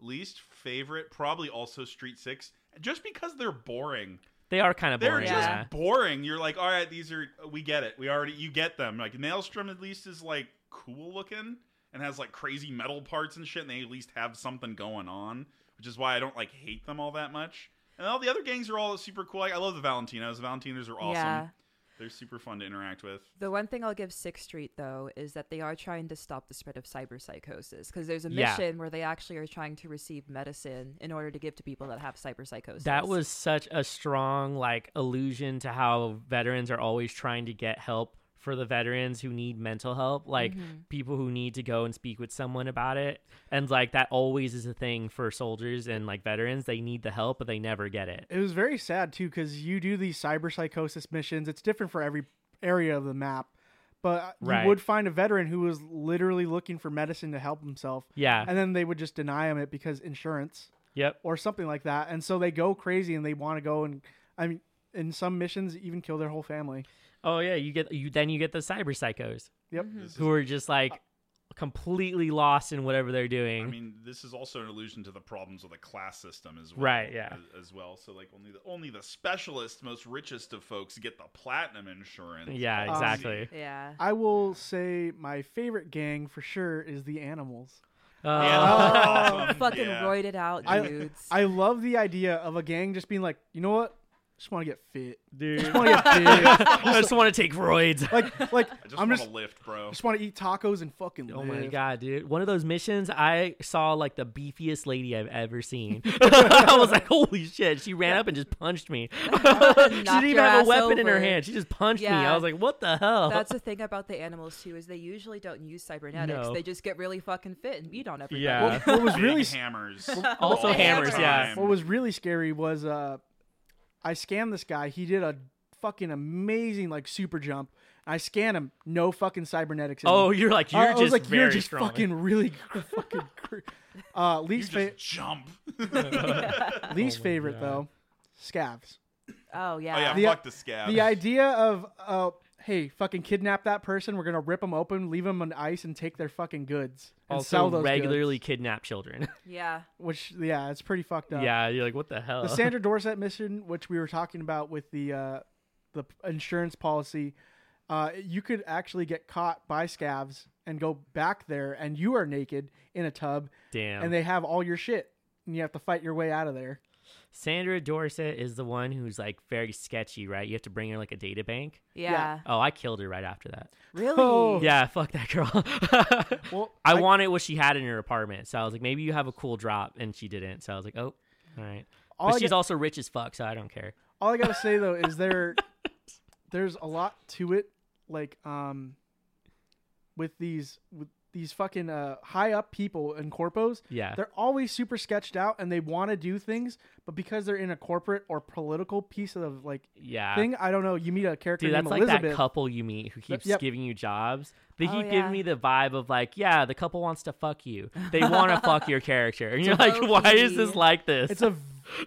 C: Least favorite, probably also Street Six, just because they're boring.
D: They are kind of
C: They're
D: boring.
C: just
D: yeah.
C: boring. You're like, all right, these are we get it. We already you get them. Like Maelstrom at least is like cool looking and has like crazy metal parts and shit, and they at least have something going on, which is why I don't like hate them all that much. And all the other gangs are all super cool. Like, I love the Valentinos. The Valentinos are awesome.
E: Yeah.
C: They're super fun to interact with.
E: The one thing I'll give Sixth Street though is that they are trying to stop the spread of cyberpsychosis because there's a
D: Yeah.
E: mission where they actually are trying to receive medicine in order to give to people that have cyberpsychosis.
D: That was such a strong like allusion to how veterans are always trying to get help for the veterans who need mental help, like people who need to go and speak with someone about it. And like that always is a thing for soldiers and like veterans. They need the help, but they never get it.
F: It was very sad too because you do these cyber psychosis missions. It's different for every area of the map, but
D: Right.
F: you would find a veteran who was literally looking for medicine to help himself.
D: Yeah.
F: and then they would just deny him it because insurance
D: Yep.
F: or something like that, and so they go crazy and they want to go and I mean. In some missions, even kill their whole family.
D: Oh yeah, you get you then you get the cyber psychos
F: Yep.
C: This
D: who are just like completely lost in whatever they're doing.
C: I mean, this is also an allusion to the problems with the class system as well.
D: Right, yeah.
C: As, as well. So like only the only the specialist, most richest of folks get the platinum insurance.
D: yeah, exactly.
E: yeah.
F: I will say my favorite gang for sure is the animals.
D: Uh,
C: Yeah, that's awesome.
E: Oh, Fucking
C: Oh. Um, Yeah.
E: roided out
F: I-
E: dudes.
F: I love the idea of a gang just being like, you know what? Just want to get fit.
D: dude.
F: Just want to get fit.
D: I just want to take roids.
F: like, like
C: I just
F: I'm
C: want
F: just
C: to lift, bro.
F: just want to eat tacos and fucking.
D: Oh
F: live.
D: my god, dude! One of those missions, I saw like the beefiest lady I've ever seen. I was like, "Holy shit!" She ran up and just punched me. she didn't
E: Knocked
D: even
E: your
D: have a
E: ass
D: weapon in her
E: over.
D: hand. She just punched me. I
E: Yeah.
D: was like, "What the hell?"
E: That's the thing about the animals too is they usually don't use cybernetics.
D: No.
E: They just get really fucking fit and beat on everybody.
D: Yeah.
F: What, what was
C: Big
F: really
C: hammers.
D: Also
C: all the
D: hammers, yeah.
C: time.
F: what was really scary was uh, I scanned this guy. He did a fucking amazing like super jump. I scan him, no fucking cybernetics. in him.
D: oh, you're like
F: I-
D: you're
F: I
D: just
F: was like,
D: very
F: you're just
D: strong.
F: fucking really fucking. cr- Uh,
C: You
F: least
C: just
F: fa-
C: jump. Oh,
F: least
D: Oh my
F: favorite
D: God.
F: though, scavs.
E: Oh
C: Oh yeah,
E: yeah.
F: The-
C: fuck the scab.
F: The idea of uh, hey, fucking kidnap that person. We're gonna rip them open, leave them on ice, and take their fucking goods and
D: also
F: sell those
D: regularly
F: goods,
D: kidnap children.
E: yeah.
F: which yeah, it's pretty fucked up.
D: yeah, you're like, "What the hell?"
F: the Sandra Dorset mission, which we were talking about with the uh, the p- insurance policy, uh, you could actually get caught by scavs and go back there, and you are naked in a tub,
D: Damn.
F: and they have all your shit, and you have to fight your way out of there.
D: Sandra Dorset is the one who's like very sketchy, right? You have to bring her like a data bank.
E: Yeah.
D: Oh, I killed her right after that.
E: Really?
F: Oh.
D: Yeah, fuck that girl.
F: Well,
D: I, wanted what she had in her apartment, so I was like, maybe you have a cool drop, and she didn't. So I was like, oh, all right.
F: all
D: but
F: I,
D: she's
F: got,
D: also rich as fuck, so I don't care.
F: all I gotta say though is there, there's a lot to it. Like um, with these with these fucking uh, high up people in corpos,
D: Yeah.
F: they're always super sketched out and they want to do things, but because they're in a corporate or political piece of like
D: yeah.
F: thing, I don't know. You meet a character
D: Dude,
F: named
D: that's like
F: Elizabeth.
D: that couple you meet who keeps
F: yep.
D: giving you jobs. They
E: Oh,
D: keep
E: yeah.
D: giving me the vibe of like, yeah, the couple wants to fuck you. They want to fuck your character, and you're like, why is this
E: Low-key.
D: like this?
F: It's a.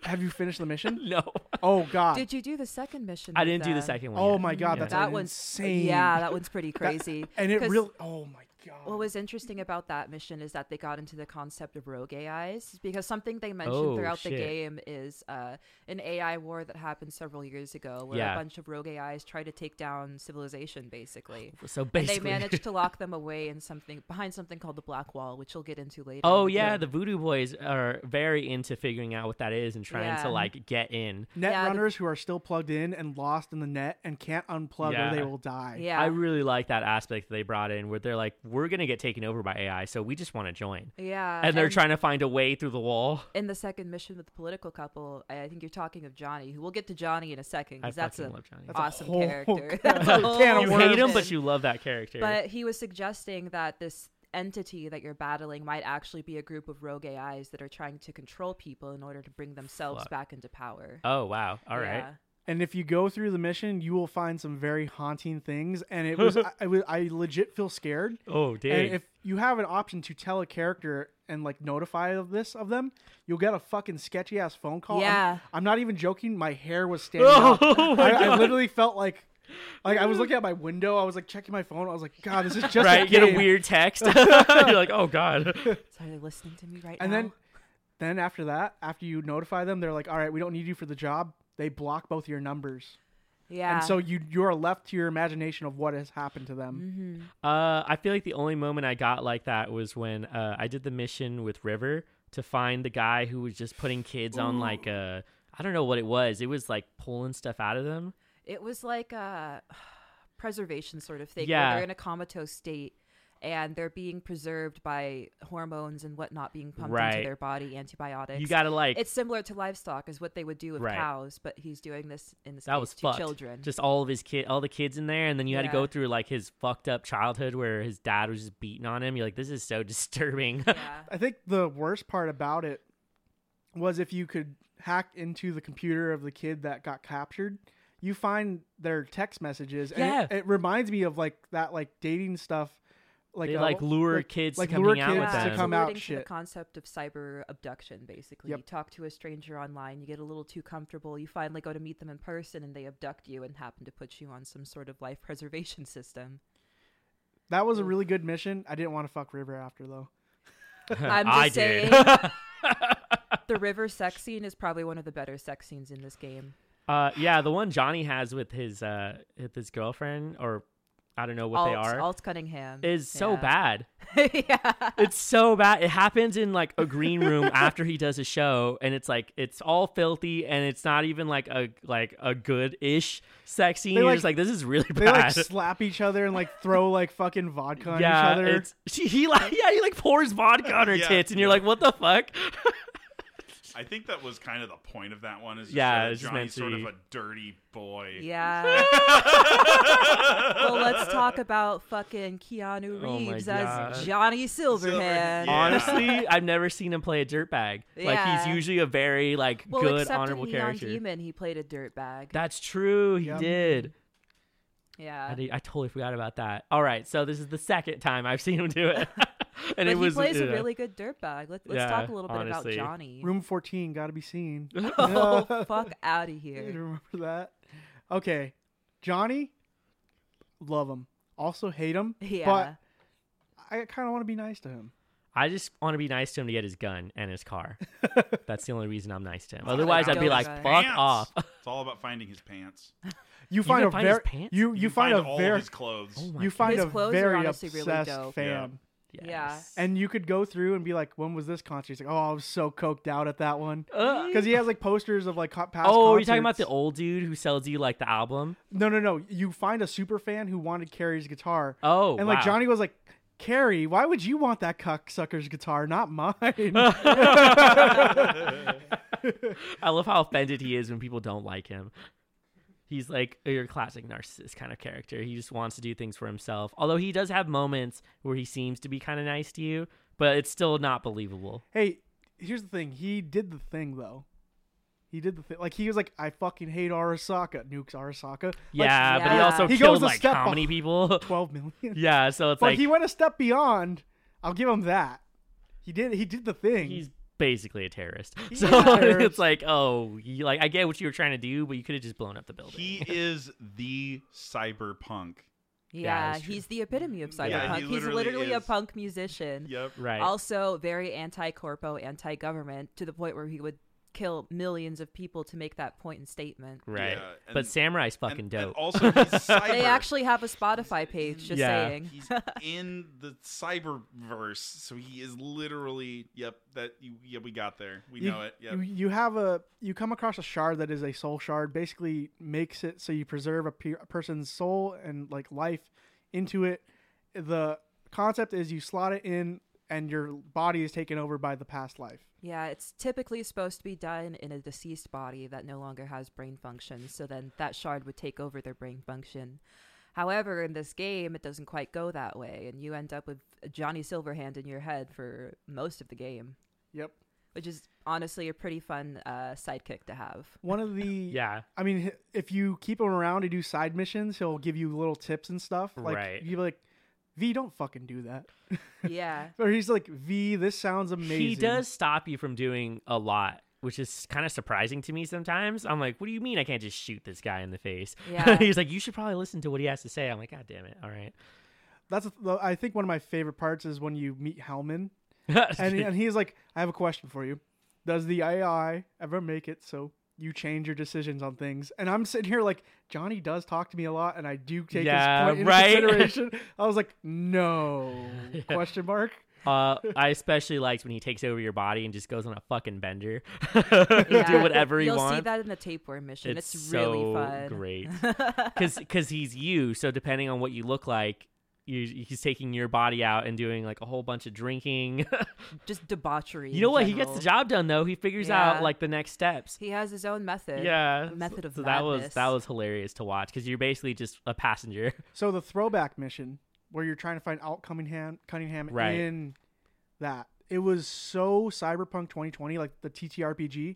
F: Have you finished the mission?
D: no.
F: Oh God.
E: Did you do the second mission?
D: I
E: with
D: didn't do the
E: them?
D: second one.
F: oh
D: yet.
F: my God,
D: Yeah.
F: that's
E: That
F: an
E: one's
F: insane.
E: Yeah, that one's pretty
F: That-
E: crazy.
F: and it
E: 'Cause
F: really. Oh my God.
E: What was interesting about that mission is that they got into the concept of rogue AIs because something they mentioned
D: Oh,
E: throughout the
D: shit.
E: game is uh, an AI war that happened several years ago where
D: Yeah.
E: a bunch of rogue AIs tried to take down civilization, basically.
D: So
E: And
D: basically,
E: they managed to lock them away in something behind something called the Black Wall, which you'll get into later.
D: Oh
E: in the
D: yeah,
E: game.
D: the Voodoo Boys are very into figuring out what that is and trying
E: Yeah.
D: to like get in.
F: net
E: Yeah, the-
F: runners who are still plugged in and lost in the net and can't unplug or they
D: Yeah.
F: will die.
E: yeah,
D: I really like that aspect that they brought in where they're like, we're gonna get taken over by AI, so we just want to join.
E: yeah,
D: And they're trying to find a way through the wall.
E: in the second mission with the political couple. I I think you're talking of Johnny, who we'll get to Johnny in a
D: I
E: second because that's
D: fucking
E: a
D: love Johnny.
F: That's a
E: awesome
F: whole
E: character.
F: can- that's a
E: whole
F: can of
D: You
F: worms.
D: hate him,
E: mission.
D: but you love that character.
E: But he was suggesting that this entity that you're battling might actually be a group of rogue AIs that are trying to control people in order to bring themselves
D: Fuck.
E: back into power.
D: oh wow, all right.
E: Yeah.
F: And if you go through the mission, you will find some very haunting things. And it was, I, I was, I legit feel scared.
D: Oh dude.
F: And if you have an option to tell a character and like notify of this of them, you'll get a fucking sketchy ass phone call. I'm-
E: Yeah.
F: I'm, not even joking. My hair was standing up.
D: Oh
F: I, I literally felt like, like I was looking at my window. I was like checking my phone. I was like, God, this is just
D: right,
F: a
D: get a
F: game.
D: weird text. You're like, oh god.
E: So they're listening to me right
F: And
E: now.
F: then, then after that, after you notify them, they're like, all right, we don't need you for the job. They block both your numbers,
E: yeah.
F: and so you you are left to your imagination of what has happened to
E: Mm-hmm.
F: them.
D: Uh, I feel like the only moment I got like that was when uh, I did the mission with River to find the guy who was just putting kids on like a I don't know what it was. It was like pulling stuff out of them.
E: it was like a preservation sort of thing where
D: Yeah.
E: they're in a comatose state and they're being preserved by hormones and whatnot being pumped
D: Right.
E: into their body, antibiotics.
D: You gotta like
E: it's similar to livestock is what they would do with
D: Right.
E: cows, but he's doing this in this
D: that was
E: to
D: fucked.
E: children.
D: Just all of his kid, all the kids in there, and then you had to go
E: Yeah.
D: through like his fucked up childhood where his dad was just beating on him. You're like, this is so disturbing.
E: yeah.
F: I think the worst part about it was if you could hack into the computer of the kid that got captured, you find their text messages. And it-
D: Yeah.
F: it, reminds me of like that like dating stuff. Like
D: They,
F: uh,
D: like, lure kids to come
F: lure
D: hang out with
F: kids to
D: them.
F: come
E: alluding to
F: out.
E: the
F: Shit.
E: concept of cyber abduction, basically.
F: Yep.
E: You talk to a stranger online, you get a little too comfortable, you finally go to meet them in person, and they abduct you and happen to put you on some sort of life preservation system.
F: That was a really good mission. I didn't want to fuck River after though.
E: I'm just
D: I did.
E: saying. the river sex scene is probably one of the better sex scenes in this game.
D: uh, yeah, the one Johnny has with his uh, with his girlfriend, or I don't know what
E: Alt,
D: they are,
E: Alt Cunningham
D: is so
E: Yeah.
D: bad.
E: yeah.
D: It's so bad. It happens in like a green room after he does a show, and it's like it's all filthy, and it's not even like a like a good ish sex scene.
F: They,
D: You're
F: like-
D: just like, this is really
F: They like
D: bad.
F: slap each other and like throw like fucking vodka on
D: yeah,
F: each other.
D: it's she, he like yeah he like pours vodka on her
C: Yeah,
D: tits, and you're
C: yeah.
D: like, what the fuck?
C: I think that was kind of the point of that one. Is just
D: Yeah,
C: so that
D: it's just meant
C: Johnny's
D: to
C: sort of
D: be-
C: a dirty boy.
E: Yeah. well, let's talk about fucking Keanu
D: Oh my
E: Reeves
D: God.
E: as Johnny Silverhand.
C: yeah.
D: Honestly, I've never seen him play a dirtbag. Like
E: Yeah.
D: he's usually a very like
E: Well,
D: good,
E: except
D: honorable
E: in Neon
D: character.
E: Demon, he played a dirtbag.
D: That's true. He
F: Yep.
D: did. I,
E: yeah.
D: did- I totally forgot about that. All right, so this is the second time I've seen him do it, and
E: but
D: it was
E: he plays
D: yeah.
E: a really good dirtbag. Let, let's talk
D: Yeah,
E: a little bit
D: honestly.
E: about Johnny.
F: Room fourteen, gotta be seen.
E: oh, fuck out of
F: You
E: here.
F: remember that? Okay, Johnny, love him. Also hate him.
E: Yeah.
F: But I kind of want to be nice to him.
D: I just want to be nice to him to get his gun and his car. That's the only reason I'm nice to him. Otherwise, I'd be
E: Don't
D: like,
E: try.
D: fuck
C: Pants.
D: off.
C: It's all about finding his pants.
F: You find
D: can
F: a
D: find
F: very
D: his pants?
F: you you,
C: You can
F: find, a
C: all
F: very
C: of his clothes.
D: Oh my
F: you find
E: His
F: a
E: clothes are
F: very
E: honestly really
F: obsessed
E: dope.
F: fan.
C: Yeah.
D: Yes.
E: Yeah.
F: And you could go through and be like, when was this concert? He's like, oh, I was so coked out at that one.
D: Uh,
F: Because he has like posters of like co- past.
D: oh, you're talking about the
F: concerts.
D: old dude who sells you like the album?
F: No, no, no. You find a super fan who wanted Carrie's guitar.
D: Oh,
F: and like
D: wow.
F: Johnny was like, Carrie, why would you want that cocksucker's guitar, not mine?
D: I love how offended he is when people don't like him. He's like your classic narcissist kind of character. He just wants to do things for himself. Although he does have moments where he seems to be kind of nice to you, but it's still not believable.
F: hey, here's the thing. He did the thing though. He did the thing. Like he was like, I fucking hate Arasaka. Nukes Arasaka. Like,
D: Yeah, but he
E: Yeah.
D: also
F: He goes
D: killed
F: a
D: like
F: step
D: how many
F: off.
D: people?
F: twelve million.
D: yeah, so it's
F: But
D: like
F: he went a step beyond. I'll give him that. He did. He did the thing.
D: he's basically a terrorist. So
F: a
D: it's
F: terrorist.
D: like, oh, you, like I get what you were trying to do, but you could have just blown up the building.
C: He is the cyberpunk.
D: Yeah,
E: Yeah,
D: that's true.
E: he's the epitome of cyberpunk.
C: Yeah, he
E: he's
C: literally
E: literally a
C: is.
E: punk musician.
C: Yep.
D: right.
E: Also, very anti corpo, anti government, to the point where he would kill millions of people to make that point and statement.
D: right.
C: Yeah,
D: but
C: and-
D: Samurai's
C: And-
D: fucking
C: and
D: dope.
C: also, he's cyber.
E: They actually have a Spotify page, just
D: Yeah.
E: saying.
C: He's in the cyberverse, so he is literally. Yep, that. You, yeah, we got there. We
F: you,
C: know it. Yep.
F: you, you have a you come across a shard that is a soul shard. Basically, makes it so you preserve a, pe- a person's soul and like life into it. The concept is you slot it in, and your body is taken over by the past life.
E: Yeah, it's typically supposed to be done in a deceased body that no longer has brain function, so then that shard would take over their brain function. However, in this game, it doesn't quite go that way, and you end up with Johnny Silverhand in your head for most of the game,
F: Yep.
E: which is honestly a pretty fun uh, sidekick to have.
F: One of the
D: yeah.
F: I mean, h- if you keep him around to do side missions, he'll give you little tips and stuff. Like
D: Right.
F: you like, V, don't fucking do that.
E: Yeah.
F: Or he's like, V, this sounds amazing.
D: He does stop you from doing a lot, which is kind of surprising to me sometimes. I'm like, what do you mean I can't just shoot this guy in the face?
E: Yeah.
D: He's like, you should probably listen to what he has to say. I'm like, God damn it. All right.
F: That's a th- I think one of my favorite parts is when you meet Hellman and, and he's like, I have a question for you. Does the AI ever make it so you change your decisions on things? And I'm sitting here like, Johnny does talk to me a lot, and I do take
D: Yeah,
F: his point into
D: right?
F: consideration. I was like, no question mark.
D: uh, I especially liked when he takes over your body and just goes on a fucking bender. Do
E: Yeah.
D: whatever he
E: You'll
D: wants.
E: see that in the tapeworm mission. It's,
D: so
E: really fun.
D: great because he's you. So depending on what you look like, you, he's taking your body out and doing like a whole bunch of drinking.
E: Just debauchery.
D: you
E: in
D: know what? He gets the
E: general.
D: job done though. He figures
E: Yeah.
D: out like the next steps.
E: He has his own method.
D: yeah
E: a method of
D: so that was
E: madness.
D: that was hilarious to watch because you're basically just a passenger
F: So the throwback mission where you're trying to find out Cunningham, Cunningham
D: Right.
F: in that it was so Cyberpunk 2020, like the TTRPG.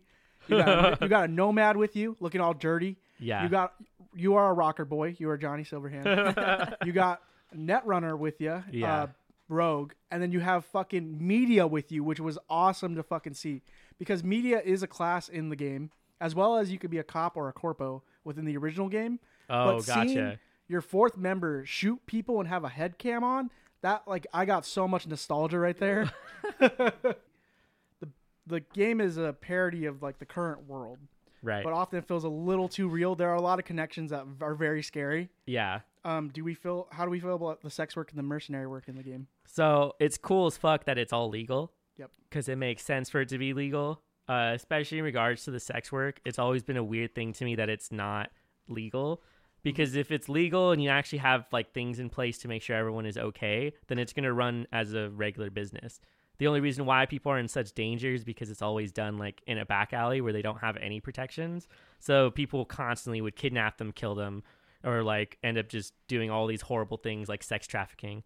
F: You got, you got a nomad with you, looking all dirty.
D: Yeah.
F: You got you are a rocker boy. You are Johnny Silverhand. you got Netrunner with you.
D: Yeah.
F: Uh, Rogue, and then you have fucking media with you, which was awesome to fucking see because media is a class in the game, as well as you could be a cop or a corpo within the original game
D: Oh,
F: but seeing
D: gotcha.
F: Your fourth member shoot people and have a head cam on. That like I got so much nostalgia right there. the the game is a parody of like the current world,
D: right
F: but often it feels a little too real. There are a lot of connections that are very scary.
D: yeah
F: Um, do we feel? How do we feel about the sex work and the mercenary work in the game?
D: so it's cool as fuck that it's all legal
F: Yep.
D: because it makes sense for it to be legal uh, especially in regards to the sex work it's always been a weird thing to me that it's not legal because if it's legal and you actually have like things in place to make sure everyone is okay then it's going to run as a regular business the only reason why people are in such danger is because it's always done like in a back alley where they don't have any protections so people constantly would kidnap them kill them or like end up just doing all these horrible things like sex trafficking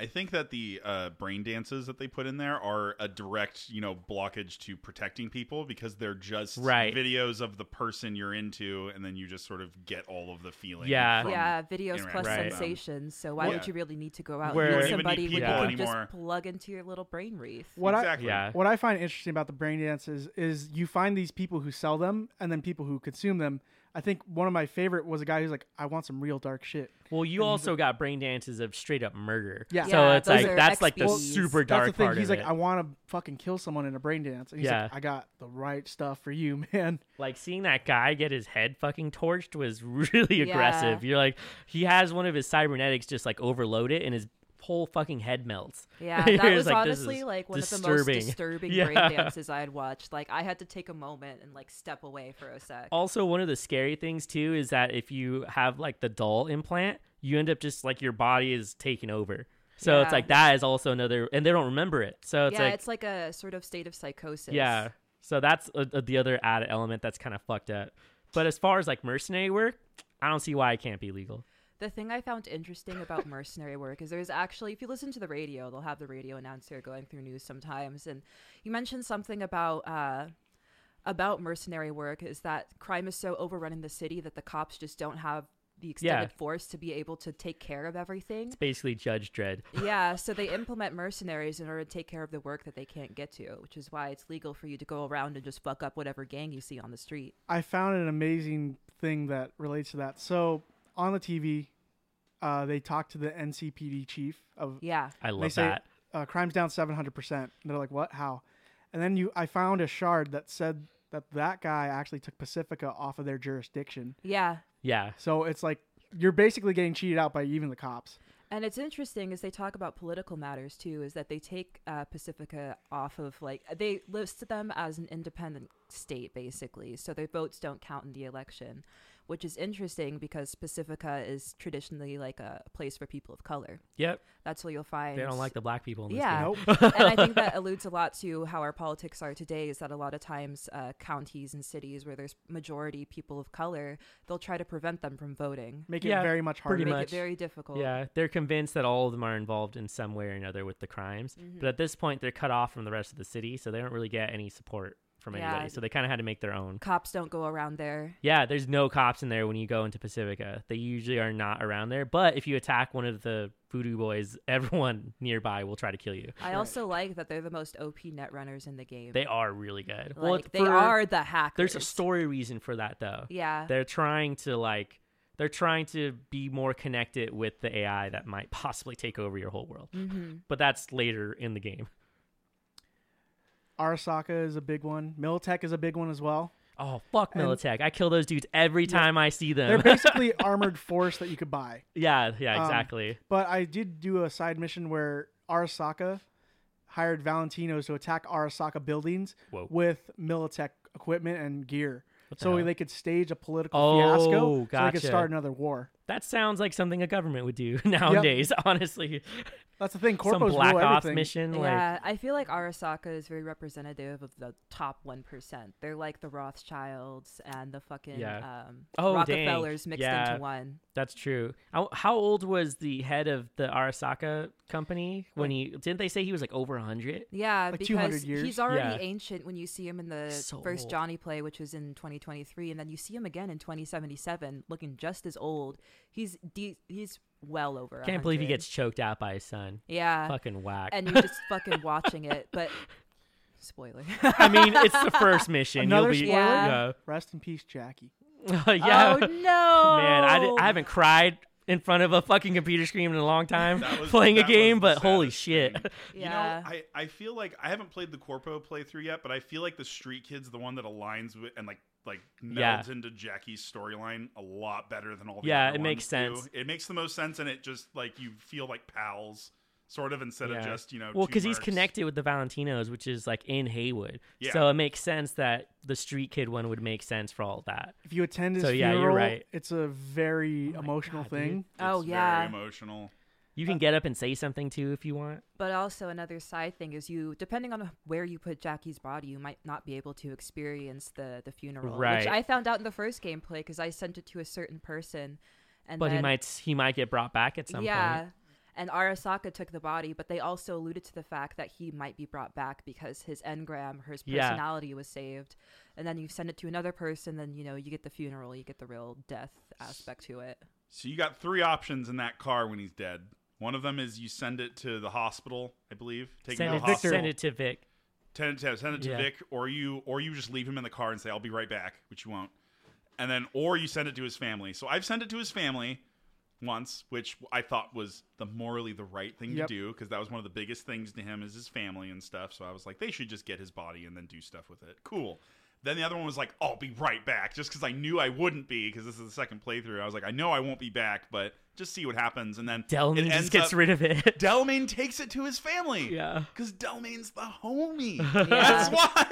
C: I think that the uh, brain dances that they put in there are a direct, you know, blockage to protecting people because they're just
D: Right.
C: videos of the person you're into, and then you just sort of get all of the feeling.
D: Yeah.
C: from-
E: yeah, videos plus
C: interacting
D: Right. with them.
E: sensations. So why
C: Yeah.
E: would you really need to go out
D: Where- You
E: and
D: don't
C: need
D: even
E: meet somebody when you
C: people
E: can
C: anymore.
E: just plug into your little brain wreath?
F: What I
C: exactly.
D: yeah
F: what I find interesting about the brain dances is, is you find these people who sell them and then people who consume them. I think one of my favorite was a guy who's like, I want some real dark shit.
D: Well, you also got brain dances of straight up murder.
F: Yeah.
D: So
E: Yeah,
D: it's
E: those
D: like
E: are
D: that's like the
E: XPs.
D: super
F: That's
D: dark
F: the thing.
D: part
F: he's
D: of
F: like,
D: it.
F: I want to fucking kill someone in a brain dance. And he's
D: Yeah.
F: like, I got the right stuff for you, man.
D: like seeing that guy get his head fucking torched was really aggressive. You're like, he has one of his cybernetics just like overload it, and his whole fucking head melts.
E: Yeah,
D: You're
E: that
D: just
E: was
D: like, this
E: honestly
D: is
E: like one of the
D: disturbing.
E: most disturbing
D: Yeah.
E: brain dances I had watched. Like I had to take a moment and like step away for a sec.
D: Also, one of the scary things too is that if you have like the doll implant, you end up just like your body is taking over. So it's
E: Yeah.
D: like that is also another, and they don't remember it. So it's
E: yeah,
D: like,
E: it's like a sort of state of psychosis.
D: yeah. So that's uh uh, the other added element that's kind of fucked up. But as far as like mercenary work, I don't see why it can't be legal.
E: The thing I found interesting about mercenary work is there's actually, if you listen to the radio, they'll have the radio announcer going through news sometimes, and you mentioned something about uh, about mercenary work is that crime is so overrunning the city that the cops just don't have the extended
D: Yeah.
E: force to be able to take care of everything.
D: Basically, Judge Dredd.
E: yeah, so they implement mercenaries in order to take care of the work that they can't get to, which is why it's legal for you to go around and just fuck up whatever gang you see on the street.
F: I found an amazing thing that relates to that. So on the TV, uh, they talked to the NCPD chief of
E: Yeah.
D: I
F: and they
D: love
F: say,
D: that.
F: Uh, crime's down 700%. And they're like, what? How? And then you, I found a shard that said that that guy actually took Pacifica off of their jurisdiction.
E: Yeah.
D: Yeah.
F: So it's like you're basically getting cheated out by even the cops.
E: And it's interesting as they talk about political matters too, is that they take uh, Pacifica off of like they list them as an independent state basically, so their votes don't count in the election, which is interesting because Pacifica is traditionally like a place for people of color.
D: Yep.
E: That's what you'll find.
D: They don't like the black people in this
E: Yeah,
D: game.
E: and I think that alludes a lot to how our politics are today. Is that a lot of times uh, counties and cities where there's majority people of color, they'll try to prevent them from voting.
F: Make
D: Yeah,
F: it very much harder.
D: pretty
E: Make
D: much.
E: it very difficult.
D: Yeah, they're convinced that all of them are involved in some way or another with the crimes.
E: Mm-hmm.
D: But at this point, they're cut off from the rest of the city, so they don't really get any support from
E: Yeah.
D: anybody. So they kind of had to make their own.
E: Cops don't go around there.
D: Yeah, there's no cops in there when you go into Pacifica. They usually are not around there. But if you attack one of the voodoo boys, everyone nearby will try to kill you.
E: I also like that they're the most OP net runners in the game.
D: They are really good.
E: like,
D: well,
E: they
D: for-
E: are the hackers.
D: There's a story reason for that, though.
E: Yeah.
D: They're trying to, like, they're trying to be more connected with the AI that might possibly take over your whole world.
F: Mm-hmm.
D: But that's later in the game.
F: Arasaka is a big one. Militech is a big one as well.
D: Oh fuck Militech! I kill those dudes every time I see
F: They're
D: them.
F: basically armored force that you could buy.
D: yeah, yeah,
F: Um,
D: exactly.
F: But I did do a side mission where Arasaka hired Valentinos to attack Arasaka buildings
D: Whoa.
F: with Militech equipment and gear.
D: What the
F: So
D: hell?
F: they could stage a political
D: Oh,
F: fiasco so they
D: gotcha.
F: could start another war.
D: that sounds like something a government would do nowadays. Honestly,
F: That's the thing. Corpos
D: some Black
F: rule
D: Ops
F: everything.
D: mission, like
E: yeah, I feel like Arasaka is very representative of the top one percent. They're like the Rothschilds and the fucking
D: Yeah.
E: um,
D: Oh, dang.
E: Rockefellers mixed
D: Yeah.
E: into one.
D: that's true. How, how old was the head of the Arasaka company when he? Didn't they say he was like over hundred?
E: Yeah,
F: Like 200
E: because
F: years?
E: he's already
D: Yeah.
E: ancient when you see him in the
D: So
E: first
D: old.
E: Johnny play, which was in 2023, and then you see him again in 2077, looking just as old. He's de- he's well over.
D: Can't believe he
E: 100.
D: gets choked out by his son.
E: yeah,
D: Fucking whack.
E: and you're just fucking watching it. But spoiler,
D: I mean, it's the first mission.
F: Another
D: You'll be,
F: spoiler.
E: Yeah.
F: Rest in peace, Jackie.
D: yeah, yeah.
E: oh no,
D: man. I, di- I haven't cried in front of a fucking computer screen in a long time
C: That was-
D: playing a
C: that was
D: game,
C: the
D: but holy
C: saddest
D: shit.
C: thing. You
E: Yeah.
C: know, I, I feel like I haven't played the Corpo playthrough yet, but I feel like the Street Kid's the one that aligns with and like like
D: Yeah.
C: melds into Jackie's storyline a lot better than all the
D: Yeah,
C: other
D: it makes
C: ones do.
D: sense.
C: It makes the most sense, and it just like you feel like pals, sort of, instead of
D: Yeah.
C: just you know.
D: well
C: two
D: because he's
C: mercs.
D: connected with the valentinos which is like in haywood
C: Yeah.
D: so it makes sense that the street kid one would make sense for all that
F: If you attend his
D: So, yeah, you're
F: funeral,
D: right.
F: it's a very emotional
D: God, dude.
F: thing.
E: Oh,
C: It's
E: yeah.
C: very emotional.
D: you
E: Uh,
D: can get up and say something too if you want
E: But also another side thing is you, depending on where you put Jackie's body, you might not be able to experience the the funeral,
D: Right.
E: which I found out in the first gameplay because I sent it to a certain person, and
D: but
E: then,
D: he might he might get brought back at some
E: yeah.
D: point
E: And Arasaka took the body, but they also alluded to the fact that he might be brought back because his engram, his
D: Yeah.
E: personality was saved. And then you send it to another person, then you know you get the funeral, you get the real death aspect to it.
C: So you got three options in that car when he's dead. One of them is you send it to the hospital, I believe. Take
D: send,
C: him
D: it,
C: to the hospital.
D: send it to vic
C: Send it to, send it to
D: Yeah.
C: Vic, or you or you just leave him in the car and say, "I'll be right back," which you won't. And then, or you send it to his family. So I've sent it to his family once, which I thought was the morally the right thing
F: Yep.
C: to do because that was one of the biggest things to him is his family and stuff. So I was like, they should just get his body and then do stuff with it. Cool. Then the other one was like, I'll be right back, just because I knew I wouldn't be, because this is the second playthrough. I was like, I know I won't be back, but just see what happens. And then it
D: Delman
C: ends
D: just gets
C: up-
D: rid of it.
C: Delmain takes it to his family.
D: Yeah.
C: Because Delmain's the homie.
E: Yeah.
C: That's why.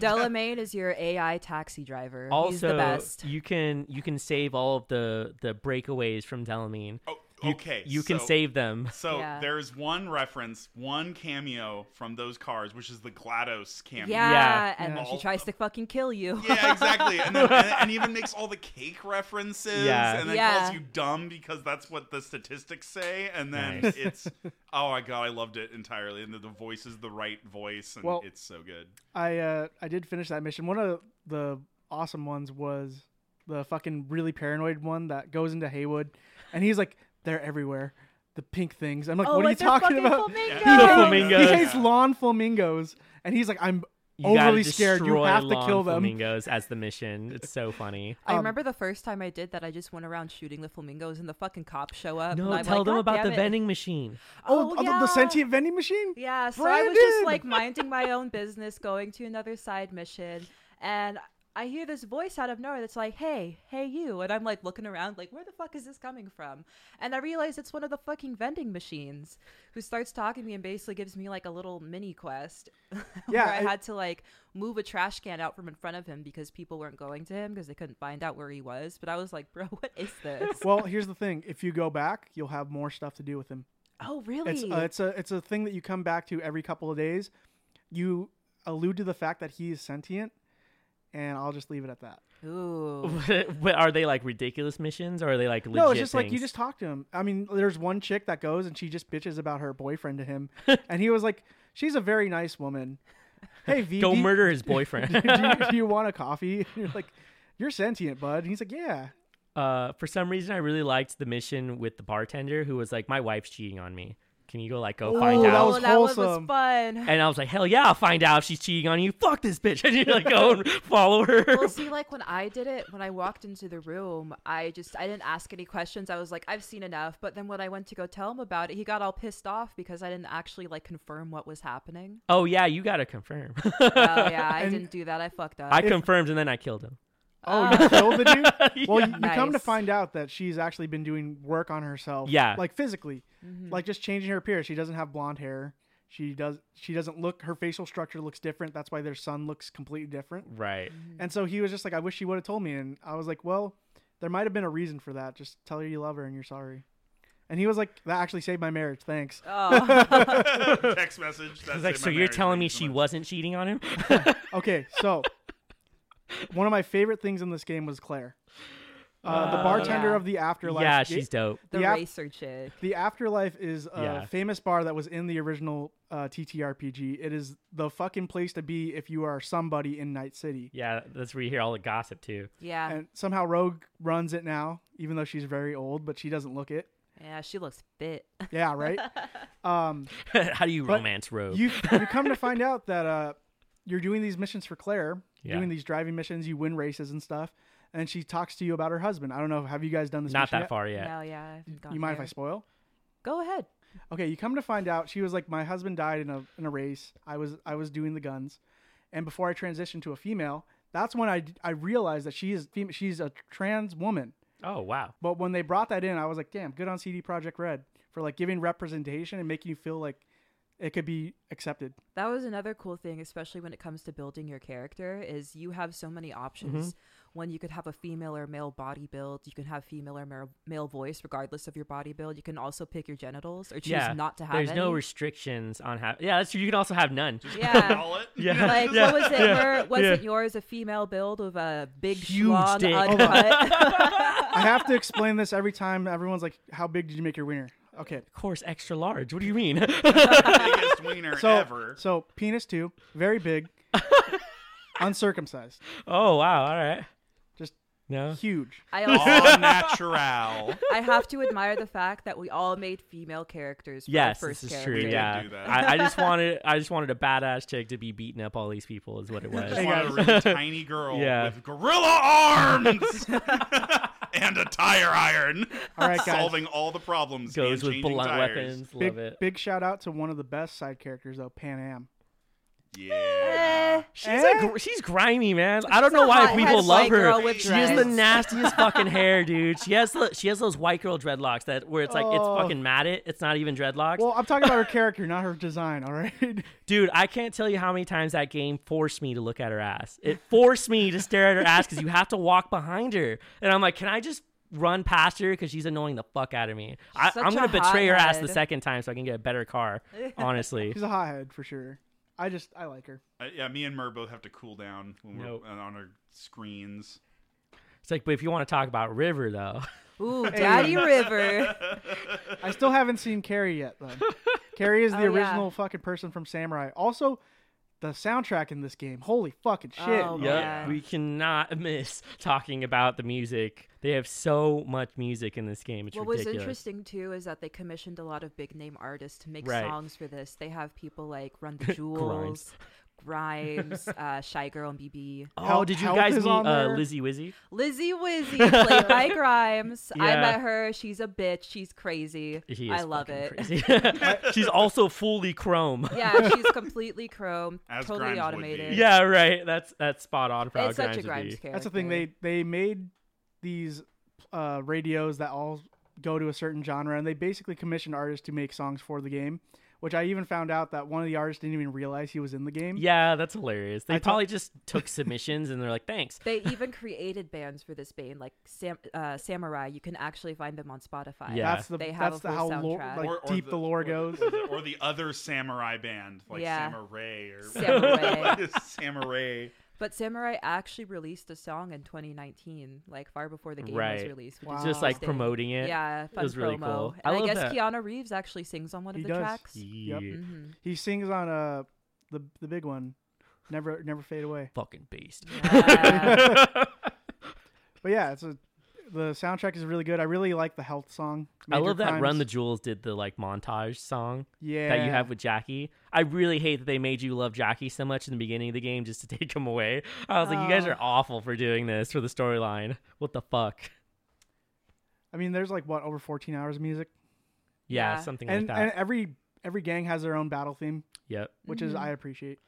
E: Delamain is your AI taxi driver. He's the
D: Also,
E: best.
D: you can you can save all of the the breakaways from Delamine.
C: Oh,
D: You-
C: okay.
D: you can
C: so-
D: save them.
C: So
E: Yeah.
C: there's one reference, one cameo from those cars, which is the GLaDOS cameo.
E: yeah,
D: Yeah.
E: and
F: Yeah.
E: she tries to fucking kill you.
C: Yeah, exactly. And, then, and, and even makes all the cake references
D: Yeah.
C: and then
E: Yeah.
C: calls you dumb because that's what the statistics say. And then
D: Nice.
C: it's, oh my God, I loved it entirely. And the, the voice is the right voice and
F: Well-
C: it's so good.
F: I uh I did finish that mission. One of the awesome ones was the fucking really paranoid one that goes into Haywood, and he's like, "They're everywhere, the pink things." I'm like,
E: oh,
F: "What are you
E: like they're
F: talking
E: fucking
F: about?"
E: flamingos.
C: Yeah.
F: hates-
D: Flamingos.
F: He hates lawn flamingos, and he's like, "I'm
D: You gotta
F: overly scared. You
D: destroy
F: have to
D: lawn
F: kill them."
D: Flamingos as the mission. It's so funny.
E: I
F: Um,
E: remember the first time I did that. I just went around shooting the flamingos, and the fucking cops show up.
D: No,
E: Um, and I'm
D: tell
E: like,
D: them
E: "God
D: about the
E: damn it."
D: vending machine.
F: Oh,
E: Oh,
F: oh, the-
E: yeah.
F: the sentient vending machine.
E: Yeah, so I was just
F: Brandon!
E: like minding my own business, going to another side mission, and I hear this voice out of nowhere that's like, "Hey, hey, you!" And I'm like looking around, like, "Where the fuck is this coming from?" And I realize it's one of the fucking vending machines who starts talking to me and basically gives me like a little mini quest.
F: Yeah,
E: where I,
F: I-
E: had to like move a trash can out from in front of him because people weren't going to him because they couldn't find out where he was. But I was like, "Bro, what is this?"
F: Well, here's the thing: if you go back, you'll have more stuff to do with him.
E: oh, really?
F: It's uh, it's a it's a thing that you come back to every couple of days. You allude to the fact that he is sentient, and I'll just leave it at that.
E: Ooh.
D: What are they like ridiculous missions or are they like legit?
F: no, it's just like you
D: things?
F: just talk to him. I mean, there's one chick that goes and she just bitches about her boyfriend to him, and he was like, "She's a very nice woman." Hey, V,
D: go
F: do you-
D: murder his
F: Do
D: boyfriend.
F: you, do you want a coffee? And you're like, "You're sentient, bud." And he's like, "Yeah."
D: uh, for some reason, I really liked the mission with the bartender who was like, "My wife's cheating on me. Can you go like go find
F: that
D: out?"
F: was
E: Oh, that one was
F: wholesome.
E: fun.
D: And I was like, "Hell yeah, I'll find out if she's cheating on you. Fuck this bitch!" And you like go and follow her.
E: well see like when i did it when i walked into the room i just i didn't ask any questions i was like i've seen enough but then when i went to go tell him about it he got all pissed off because i didn't actually like confirm what was happening
D: oh yeah, you gotta confirm.
E: oh yeah i
F: And-
E: didn't do that i fucked up
D: I confirmed and then I killed him.
F: Oh, you killed the dude. Well,
D: Uh, Yeah.
F: you, you come to
E: Nice.
F: find out that she's actually been doing work on herself.
D: Yeah.
F: like physically,
E: Mm-hmm.
F: like just changing her appearance. She doesn't have blonde hair. She does. She doesn't look. Her facial structure looks different. That's why their son looks completely different.
D: Right.
E: Mm-hmm.
F: And so he was just like, "I wish she would have told me." And I was like, "Well, there might have been a reason for that. Just tell her you love her and you're sorry." And he was like, "That actually saved my marriage. Thanks."
E: Oh.
C: Text message.
D: I
C: That's
D: was like,
C: it, my
D: so you're
C: marriage.
D: telling
C: Thank
D: me
C: you so
D: she
C: much."
D: wasn't cheating on him?
F: Okay, so one of my favorite things in this game was Claire, uh, the bartender
E: yeah.
F: of the afterlife.
D: yeah,
F: ga-
D: she's dope.
E: the
F: Yeah.
E: racer chick
F: The Afterlife is a
D: Yeah.
F: famous bar that was in the original uh, TTRPG. It is the fucking place to be if you are somebody in Night City.
D: Yeah, that's where you hear all the gossip too.
E: yeah
F: And somehow Rogue runs it now, even though she's very old, but she doesn't look it.
E: yeah she looks fit
F: Yeah, right. um,
D: How do you
F: But
D: romance Rogue?
F: you you come to find out that uh, you're doing these missions for Claire,
D: Yeah.
F: doing these driving missions. You win races and stuff, and she talks to you about her husband. I don't know. Have you guys done this?
D: Not
F: mission
D: that
F: yet?
D: far
E: yeah.
D: yet.
E: no yeah I haven't gone
F: You mind if
E: there.
F: I spoil?
E: go ahead
F: Okay, you come to find out she was like my husband died in a in a race. I was I was doing the guns, and before I transitioned to a female, that's when I I realized that she is fem- she's a trans woman.
D: Oh wow.
F: But when they brought that in, I was like, damn, good on CD Project Red for like giving representation and making you feel like it could be accepted.
E: That was another cool thing, especially when it comes to building your character, is you have so many options.
D: Mm-hmm.
E: When you could have a female or male body build, you can have female or male, male voice, regardless of your body build. You can also pick your genitals or choose
D: yeah.
E: not to have.
D: There's no
E: any.
D: restrictions on how. Yeah, that's true. You can also have none.
E: yeah.
C: Call it?
D: Yeah.
E: Like
D: Yeah.
E: what was it? Where, wasn't
D: Yeah.
E: yours a female build with a big
D: Huge
E: schlong
D: dick. Oh Hold
F: on.
E: uncut?
F: I have to explain this every time. Everyone's like, how big did you make your wiener? Okay,
D: Of course, extra large. What do you mean?
C: Biggest wiener
F: so
C: ever.
F: so penis two, very big, uncircumcised,
D: oh wow. All right.
F: Just-
D: no.
F: huge.
E: I
C: All
E: also,
C: natural.
E: I have to admire the fact that we all made female characters. For
D: Yes,
E: the first
D: this is
E: character.
D: true.
C: did
D: Yeah,
C: do that.
D: I, I just wanted, I just wanted a badass chick to be beating up all these people. Is what it was.
C: Just wanted a really tiny girl
D: Yeah.
C: with gorilla arms and a tire iron,
F: All right, guys.
C: solving all the problems.
D: Goes
C: and
D: with
C: changing
D: blunt
C: tires.
D: weapons.
F: Big,
D: Love it.
F: big shout out to one of the best side characters though, Pan Am.
C: Yeah.
D: She's
F: Eh?
D: a gr- she's grimy, man. I don't
E: She's
D: know
E: a
D: why
E: hot
D: people
E: headlight
D: love
E: girl
D: her.
E: with
D: She has the
E: dreads.
D: nastiest fucking hair, dude. She has the, she has those white girl dreadlocks that where it's like
F: Oh.
D: it's fucking matted. It's not even dreadlocks.
F: Well, I'm talking about her character, not her design. All right.
D: Dude, I can't tell you how many times that game forced me to look at her ass. It forced me to stare at her ass because you have to walk behind her. And I'm like, can I just run past her because she's annoying the fuck out of me? I,
E: Such
D: I'm
E: a
D: going to betray her ass the
E: hothead.
D: second time so I can get a better car, honestly.
F: She's a hothead for sure. I just I like her.
C: Uh, yeah, me and Mur both have to cool down when
D: Nope.
C: we're uh, on our screens.
D: it's like, but if you want to talk about River, though,
E: Ooh, Daddy River.
F: I still haven't seen Carrie yet though. Carrie is the
E: Oh, yeah.
F: original fucking person from Samurai. Also, the soundtrack in this game. Holy fucking shit.
E: Oh,
D: Yep,
E: Yeah.
D: we cannot miss talking about the music. They have so much music in this game. It's
E: What was
D: ridiculous.
E: interesting too is that they commissioned a lot of big name artists to make
D: Right.
E: songs for this. They have people like Run the Jewels,
D: Grimes.
E: Grimes, uh, Shy Girl, and BB.
D: Oh,
F: Help-
D: did you
F: Help
D: guys
F: is
D: meet
F: on
D: uh,
F: there.
D: Lizzie Wizzy?
E: Lizzie Wizzy, played by Grimes. I
D: Yeah.
E: met her. She's a bitch. She's crazy.
D: He is
E: I love
D: fucking
E: it.
D: crazy. She's also fully chrome.
E: yeah, she's completely chrome,
C: As
E: totally
C: Grimes would
E: automated.
C: be.
D: Yeah, right. That's that's spot on for how
E: it's such a
D: Grimes would
E: Grimes
D: be.
E: character.
F: That's the thing. They they made these uh, radios that all go to a certain genre, and they basically commissioned artists to make songs for the game. Which I even found out that one of the artists didn't even realize he was in the game.
D: Yeah, that's hilarious. They
F: I ta-
D: probably just took submissions and they're like, thanks.
E: They even created bands for this band, like Sam, uh, Samurai. You can actually find them on Spotify.
D: Yeah.
F: That's the
E: They have
F: that's
E: a
F: the how
E: full
F: lore,
E: soundtrack.
F: like deep the, lore
C: or
F: goes.
C: Or the, or the other samurai band, like
E: Yeah.
C: Samurai or
E: Samurai.
C: samurai.
E: But Samurai actually released a song in 2019, like far before the game was
D: Right.
E: released. which
F: Wow.
E: is
D: Just like
E: interesting.
D: promoting it.
E: Yeah, fun
D: was really
E: promo.
D: cool.
E: And
D: I
E: I,
D: love
E: guess
D: that.
E: Keanu Reeves actually sings on one of
F: He
E: the
F: does.
E: tracks.
F: Yep.
D: Yeah.
E: Mhm.
F: He sings on uh the the big one, never never fade away.
D: Fucking beast.
E: Yeah.
F: But yeah, it's a the soundtrack is really good. I really like the health song.
D: I
F: Major
D: love that Run
F: Crimes.
D: the Jewels did the like montage song
F: yeah
D: that you have with Jackie. I really hate that they made you love Jackie so much in the beginning of the game just to take him away. I was like, you guys
F: Oh.
D: are awful for doing this for the storyline. What the fuck?
F: I mean, there's like what over 14 hours of music,
D: Yeah,
E: Yeah.
D: something
F: and
D: like that.
F: and every every gang has their own battle theme,
D: yep.
F: which
E: Mm-hmm.
F: is I appreciate.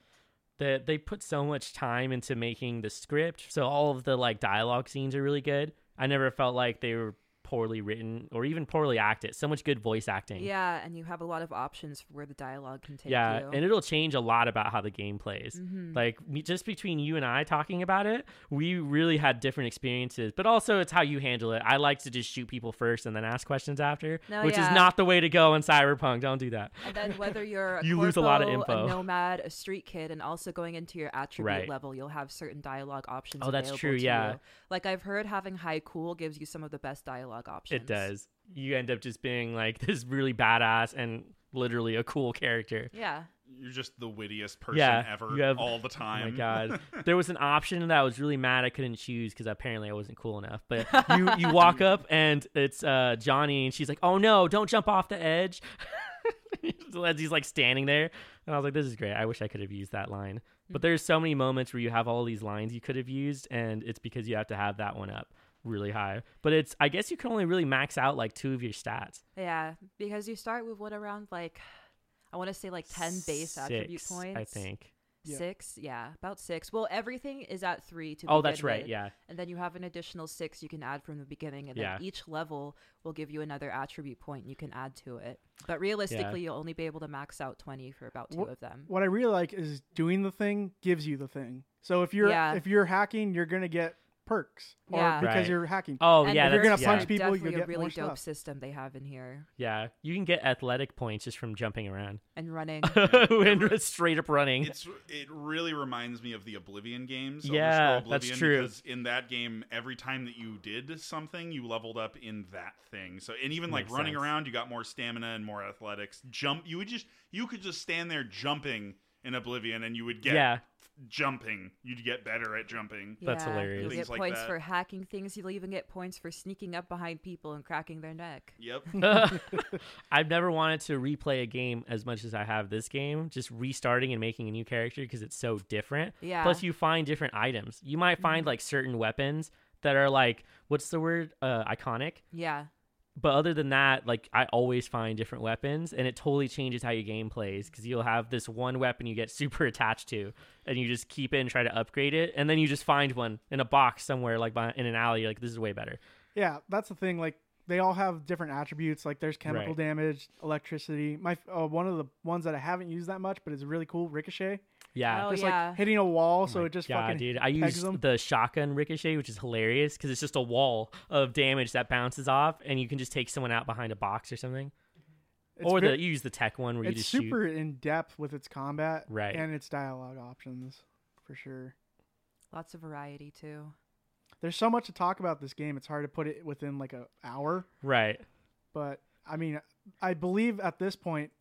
D: that they put so much time into making the script so all of the like dialogue scenes are really good i never felt like they were poorly written or even poorly acted so much good voice acting
E: Yeah, and you have a lot of options for where the dialogue can take
D: yeah
E: you. Mm-hmm.
D: and it'll change a lot about how the game plays like me- just between you and i talking about it we really had different experiences but also it's how you handle it i like to just shoot people first and then ask questions after
E: No,
D: which
E: yeah.
D: is not the way to go in cyberpunk don't do that
E: And then whether you're a
D: You lose a lot of
E: corpo,
D: info.
E: a nomad, a street kid, and also going into your attribute
D: Right.
E: level, you'll have certain dialogue options.
D: Oh, that's
E: available
D: true,
E: to
D: yeah.
E: you. like I've heard, having high cool gives you some of the best dialogue options.
D: It does. You end up just being like this really badass and literally a cool character.
E: Yeah,
C: You're just the wittiest person
D: Yeah,
C: ever
D: you have-
C: all the
D: Oh
C: time.
D: my god! There was an option that I was really mad I couldn't choose because apparently I wasn't cool enough. But you you walk up and it's uh, Johnny and she's like, "Oh no, don't jump off the edge." So As he's like standing there, and I was like, "This is great. I wish I could have used that line." But there's so many moments where you have all these lines you could have used, and it's because you have to have that one up really high. But it's I guess you can only really max out like two of your stats.
E: yeah, because you start with what around like. I want to say like 10 base attribute
D: Six,
E: points.
D: I think.
F: Yeah.
E: Six, yeah, about six. Well, everything is at three to
D: Oh,
E: begin
D: that's right.
E: with.
D: Yeah.
E: And then you have an additional six you can add from the beginning, and
D: Yeah.
E: then each level will give you another attribute point you can add to it. But realistically, you'll only be able to max out twenty for about two
F: Wh-
E: of them.
F: What I really like is doing the thing gives you the thing. So if you're
E: Yeah.
F: if you're hacking, you're gonna get perks, or
E: Yeah.
F: because
D: Right.
F: you're hacking.
D: Oh
E: And
D: yeah,
F: If you're
D: that's-
F: gonna
D: yeah.
F: punch people, you'll
E: definitely a
F: get
E: really
F: more
E: dope
F: stuff.
E: system they have in here
D: Yeah, you can get athletic points just from jumping around
E: and running.
D: and just straight up running.
C: It's it really reminds me of the Oblivion games. Elder
D: Yeah,
C: Scroll
D: that's
C: Oblivion,
D: true.
C: Because in that game, every time that you did something, you leveled up in that thing. So and even like
D: Makes
C: running
D: sense.
C: around, you got more stamina and more athletics. Jump, you would just you could just stand there jumping in Oblivion, and you would get
D: Yeah.
C: jumping. You'd get better at jumping.
D: That's
E: Yeah,
D: hilarious.
E: You'll
C: Things
E: get
C: like
E: points
C: that.
E: for hacking things. You'll even get points for sneaking up behind people and cracking their neck.
C: Yep.
D: I've never wanted to replay a game as much as I have this game, just restarting and making a new character because it's so different.
E: Yeah.
D: Plus, you find different items. You might find like certain weapons that are like, what's the word? Uh, iconic.
E: Yeah,
D: but other than that, like I always find different weapons, and it totally changes how your game plays because you'll have this one weapon you get super attached to, and you just keep it and try to upgrade it, and then you just find one in a box somewhere, like by, in an alley. You're like, this is way better.
F: Yeah, that's the thing. Like they all have different attributes. Like there's chemical
D: Right.
F: damage, electricity. My f- uh, one of the ones that I haven't used that much, but it's really cool. Ricochet.
D: Yeah.
E: Oh,
F: It's
E: yeah.
F: like hitting a wall, so it just
D: Yeah,
F: fucking
D: Oh dude. I
F: pegs
D: used
F: them.
D: the shotgun ricochet, which is hilarious because it's just a wall of damage that bounces off, and you can just take someone out behind a box or something.
F: It's
D: or
F: ve-
D: the you use the tech one where you
F: it's
D: just
F: super
D: shoot.
F: in depth with its combat,
D: Right.
F: And its dialogue options for sure.
E: Lots of variety too.
F: There's so much to talk about this game. It's hard to put it within like a hour,
D: Right.
F: but I mean, I believe at this point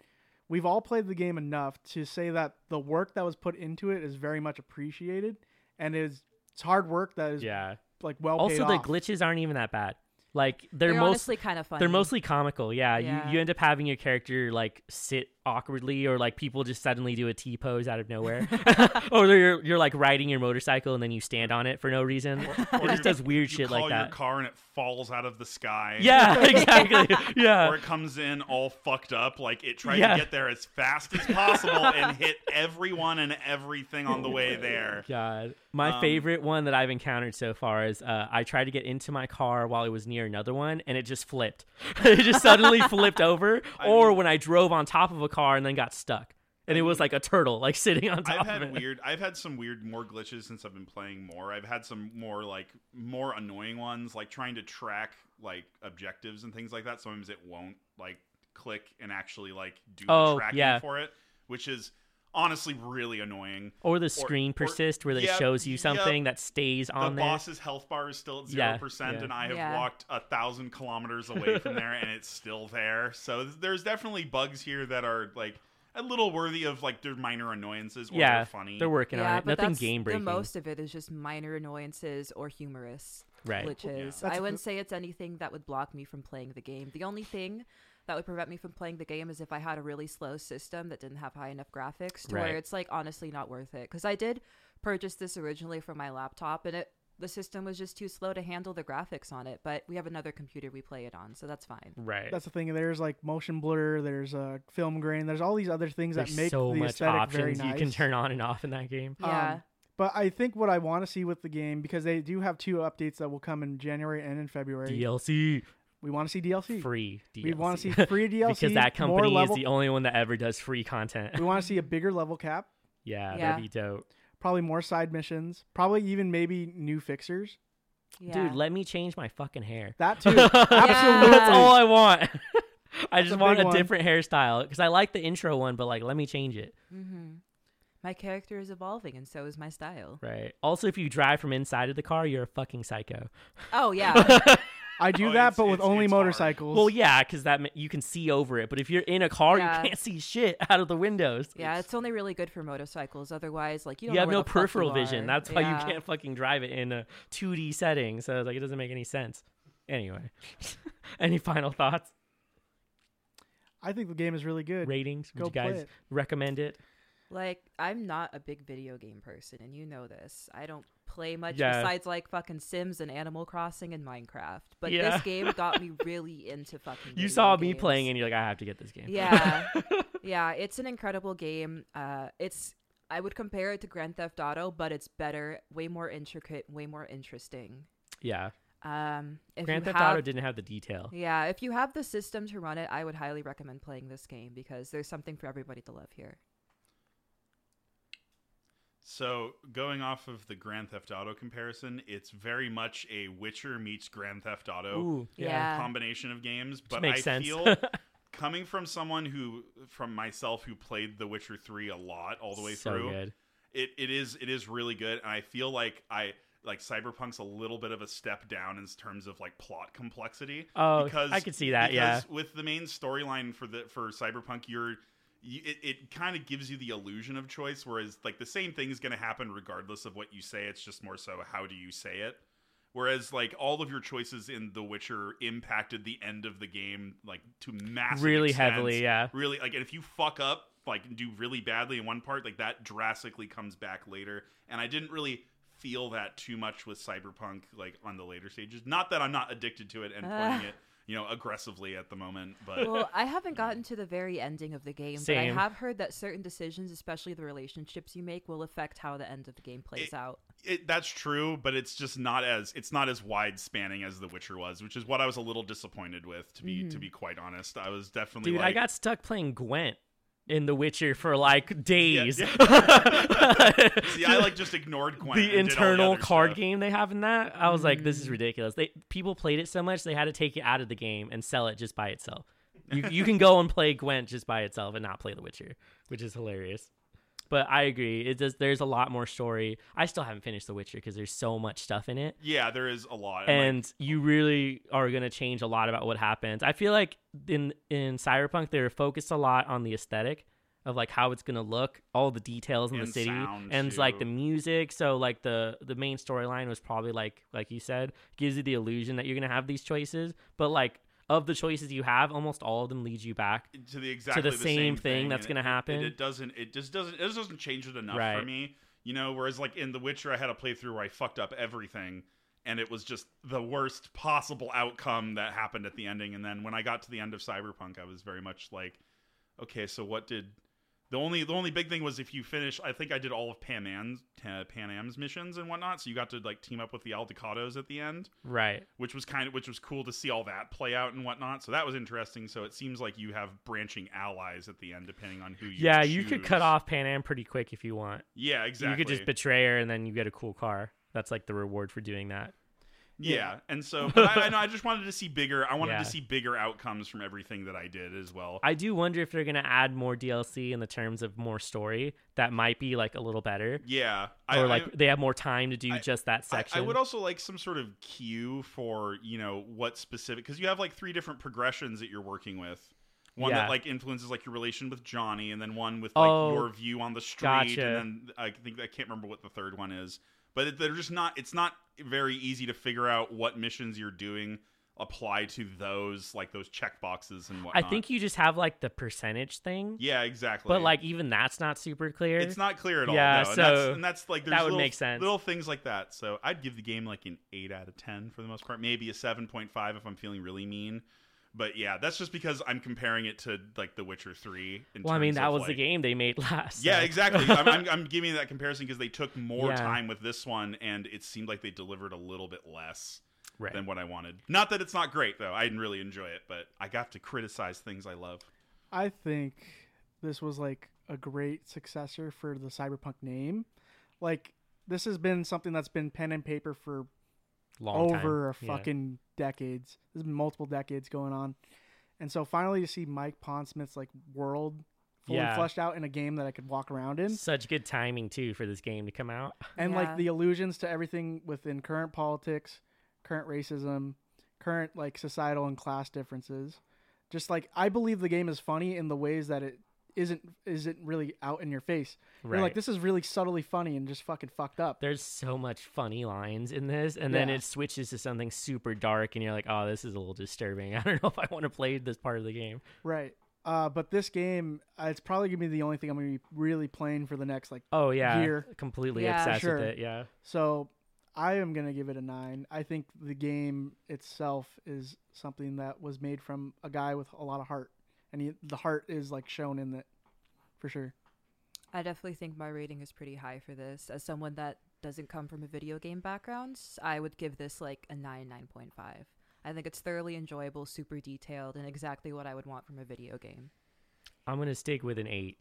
F: we've all played the game enough to say that the work that was put into it is very much appreciated, and is it's hard work that is
D: Yeah.
F: like well paid
D: Also, the
F: off.
D: glitches aren't even that bad. Like they're,
E: They're,
D: most
E: honestly kind of funny.
D: they're mostly comical. Yeah,
E: Yeah.
D: You you end up having your character like sit awkwardly, or like people just suddenly do a T pose out of nowhere, or you're you're like riding your motorcycle and then you stand on it for no reason.
C: Or
D: it just
C: you-
D: does weird
C: you
D: shit
C: call
D: like
C: your
D: that.
C: car and it falls out of the sky.
D: Yeah, exactly. Yeah.
C: Or it comes in all fucked up, like it tried
D: Uh, Yeah.
C: to get there as fast as possible and hit everyone and everything on the way there.
D: God, my
C: Um,
D: favorite one that I've encountered so far is uh, I tried to get into my car while it was near another one, and it just flipped. it just suddenly flipped over, or when I drove on top of a car and then got stuck, and it was like a turtle like sitting on top
C: I've
D: of
C: had
D: it.
C: weird. I've had some weird more glitches since I've been playing more. I've had some more like more annoying ones, like trying to track like objectives and things like that. Sometimes it won't like click and actually like do
D: Oh,
C: the tracking
D: yeah.
C: for it, which is honestly really annoying.
D: or the screen
C: or-
D: persist where it
C: yeah,
D: shows you
C: yep.
D: something that stays on
C: the
D: there.
C: boss's health bar is still at zero
D: Yeah,
C: percent,
D: yeah.
C: and I have
E: Yeah.
C: walked a thousand kilometers away from there, and it's still there. So th- there's definitely bugs here that are like a little worthy of like their minor annoyances. Or
D: yeah,
C: they're funny.
D: they're working
E: yeah,
D: on it.
E: but
D: Nothing
E: that's
D: game breaking.
E: The most of it is just minor annoyances or humorous
D: Right.
E: glitches.
F: That's
E: I
F: a-
E: wouldn't say it's anything that would block me from playing the game. The only thing that would prevent me from playing the game is if I had a really slow system that didn't have high enough graphics to
D: Right.
E: where it's like honestly not worth it. Because I did purchase this originally for my laptop and it the system was just too slow to handle the graphics on it, but we have another computer we play it on, so that's fine.
D: right.
F: That's the thing. There's like motion blur. There's uh, film grain. There's all these other things
D: There's
F: that make
D: so
F: the
D: much
F: aesthetic very
D: options
F: nice.
D: you can turn on and off in that game.
F: Um,
E: Yeah.
F: but I think what I want to see with the game because they do have two updates that will come in January and in February.
D: DLC
F: we want to see DLC.
D: free DLC.
F: We want to see free DLC
D: because that
F: more
D: company
F: level-
D: is the only one that ever does free content.
F: we want to see a bigger level cap.
D: Yeah,
E: Yeah.
D: that'd be dope.
F: Probably more side missions. Probably even maybe new fixers.
E: Yeah.
D: Dude, let me change my fucking hair.
F: That too. Absolutely.
D: That's all I want. I
F: a
D: just want
F: big
D: a
F: one.
D: different hairstyle because I like the intro one, but like, let me change it.
E: my character is evolving and so is my style.
D: Right. Also, if you drive from inside of the car, you're a fucking psycho.
E: Oh yeah.
F: I do
C: Oh,
F: that,
C: it's-
F: but with
C: it's-
F: only
C: it's hard.
F: motorcycles.
D: Well, yeah, because that ma- you can see over it, but if you're in a car,
E: Yeah.
D: you can't see shit out of the windows.
E: Yeah, it's only really good for motorcycles. Otherwise, like you,
D: You,
E: don't know
D: have
E: where
D: no
E: the fuck you
D: peripheral
E: are.
D: vision. That's why
E: Yeah.
D: you can't fucking drive it in a 2D setting. So like, it doesn't make any sense. Anyway, any final thoughts,
F: I think the game is really good.
D: ratings? Would
F: Go
D: you guys
F: play it.
D: recommend it?
E: Like I'm not a big video game person, and you know this. I don't play much
D: Yeah.
E: besides like fucking Sims and Animal Crossing and Minecraft. But
D: Yeah.
E: this game got me really into fucking.
D: You
E: video
D: saw me
E: games.
D: playing, and you're like, I have to get this game.
E: Yeah, yeah, it's an incredible game. Uh, it's I would compare it to Grand Theft Auto, but it's better, way more intricate, way more interesting.
D: yeah.
E: Um, if
D: Grand
E: you
D: Theft
E: have,
D: Auto didn't have the detail.
E: Yeah, if you have the system to run it, I would highly recommend playing this game because there's something for everybody to love here.
C: So going off of the Grand Theft Auto comparison, it's very much a Witcher meets Grand Theft Auto
D: Ooh,
E: Yeah.
C: combination of games. But
D: makes
C: I
D: sense.
C: feel coming from someone who, from myself, who played The Witcher Three a lot all the way
D: so
C: through,
D: good.
C: it it is it is really good, and I feel like I like Cyberpunk's a little bit of a step down in terms of like plot complexity.
D: Oh, I could see that, yeah.
C: because with the main storyline for the for Cyberpunk, you're you, it, it kind of gives you the illusion of choice, whereas like the same thing is going to happen regardless of what you say. It's just more so how do you say it. Whereas like all of your choices in The Witcher impacted the end of the game like to massive
D: Really
C: extents
D: heavily, yeah.
C: really like and if you fuck up like and do really badly in one part like that drastically comes back later and i didn't really
D: Ah.
C: feel that too much with cyberpunk like on the later stages not that i'm not addicted to it and playing it you know, aggressively at the moment. But
E: well, I haven't gotten to the very ending of the game,
D: Same.
E: but I have heard that certain decisions, especially the relationships you make, will affect how the end of the game plays
C: It-
E: out.
C: it, that's true, but it's just not as it's not as wide spanning as The Witcher was, which is what I was a little disappointed with, to be to be quite honest. I was definitely
D: Mm-hmm. Dude, I
C: like-
D: got stuck playing Gwent in The Witcher for like days.
C: see, I like just ignored Gwen.
D: the internal card
C: game.
D: game they have in that. I was like, this is ridiculous. They people played it so much they had to take it out of the game and sell it just by itself. You you can go and play Gwent just by itself and not play The Witcher, which is hilarious. But I agree. It does. There's a lot more story. I still haven't finished The Witcher because there's so much stuff in it,
C: Yeah, there is a lot. And,
D: and you really are gonna change a lot about what happens. I feel like in in Cyberpunk they were focused a lot on the aesthetic of like how it's gonna look, all the details in the
C: And
D: city,
C: sound,
D: and like
C: too.
D: the music. So like the the main storyline was probably like like you said gives you the illusion that you're gonna have these choices, but like of the choices you have, almost all of them lead you back.
C: like, to the exactly
D: the
C: the,
D: same thing that's
C: and
D: gonna
C: it-
D: happen.
C: It, it doesn't. It just doesn't. It just doesn't change it enough
D: Right.
C: for me. You know, whereas like in The Witcher, I had a playthrough where I fucked up everything, and it was just the worst possible outcome that happened at the ending. And then when I got to the end of Cyberpunk, I was very much like, okay, so what did? The only the only big thing was if you finish, I think I did all of Pan Am's uh, Pan Am's missions and whatnot. So you got to like team up with the Aldecados at the end.
D: Right.
C: which was kind of which was cool to see all that play out and whatnot. So that was interesting. So it seems like you have branching allies at the end, depending on who you.
D: yeah, you could cut
C: choose.
D: off Pan Am pretty quick if you want.
C: Yeah, exactly.
D: You could just betray her, and then you get a cool car. That's like the reward for doing that.
C: yeah. and so but I, I know. I just wanted to see bigger. I wanted
D: Yeah.
C: to see bigger outcomes from everything that I did as well.
D: I do wonder if they're gonna add more DLC in the terms of more story that might be like a little better,
C: yeah, I,
D: or
C: I-
D: like they have more time to do
C: I-
D: just that
C: I-
D: section.
C: I, would also like some sort of cue for you know what specific because you have like three different progressions that you're working with. One
D: Yeah.
C: that like influences like your relation with Johnny, and then one with like
D: Oh,
C: your view on the street,
D: gotcha.
C: and then I think I can't remember what the third one is. But it- they're just not. It's not very easy to figure out what missions you're doing apply to those like those check boxes and
D: I
C: whatnot.
D: think you just have like the percentage thing,
C: Yeah, exactly.
D: but like even that's not super clear.
C: It's not clear at all.
D: Yeah,
C: no. and, that's,
D: so
C: and that's like
D: that
C: there's
D: would
C: little,
D: make sense.
C: Little things like that. So I'd give the game like an eight out of ten for the most part, maybe a seven point five if I'm feeling really mean. But yeah, that's just because I'm comparing it to like The Witcher Three. In
D: well, I mean
C: terms
D: that
C: of,
D: was the
C: like-
D: game they made last.
C: Yeah,
D: so-
C: exactly. I'm, I'm, I'm giving that comparison because they took more
D: Yeah.
C: time with this one, and it seemed like they delivered a little bit less
D: right.
C: than what I wanted. Not that it's not great though. I didn't really enjoy it, but I got to criticize things I love.
F: I think this was like a great successor for the cyberpunk name. Like this has been something that's been pen and paper for
D: Long time.
F: over a
D: Yeah.
F: fucking decades. There's been multiple decades going on. And so finally to see Mike Pondsmith's like world fully
D: Yeah.
F: fleshed out in a game that I could walk around in.
D: such good timing too for this game to come out.
F: And
E: Yeah.
F: like the allusions to everything within current politics, current racism, current like societal and class differences. Just like I believe the game is funny in the ways that it isn't isn't really out in your face. You're
D: Right.
F: like this is really subtly funny and just fucking fucked up.
D: There's so much funny lines in this, and then
F: Yeah.
D: it switches to something super dark, and you're like, "Oh, this is a little disturbing. I don't know if I want to play this part of the game."
F: Right. Uh, but this game, uh, it's probably gonna be the only thing I'm gonna be really playing for the next like.
D: Oh yeah,
F: Year.
D: completely
E: Yeah.
D: obsessed
F: Sure.
D: with it. Yeah,
F: So I am gonna give it a nine. I think the game itself is something that was made from a guy with a lot of heart, and he, the heart is like shown in it, for sure.
E: I definitely think my rating is pretty high for this. As someone that doesn't come from a video game background, I would give this like a 9, 9.5. I think it's thoroughly enjoyable, super detailed, and exactly what I would want from a video game.
D: I'm gonna stick with an eight,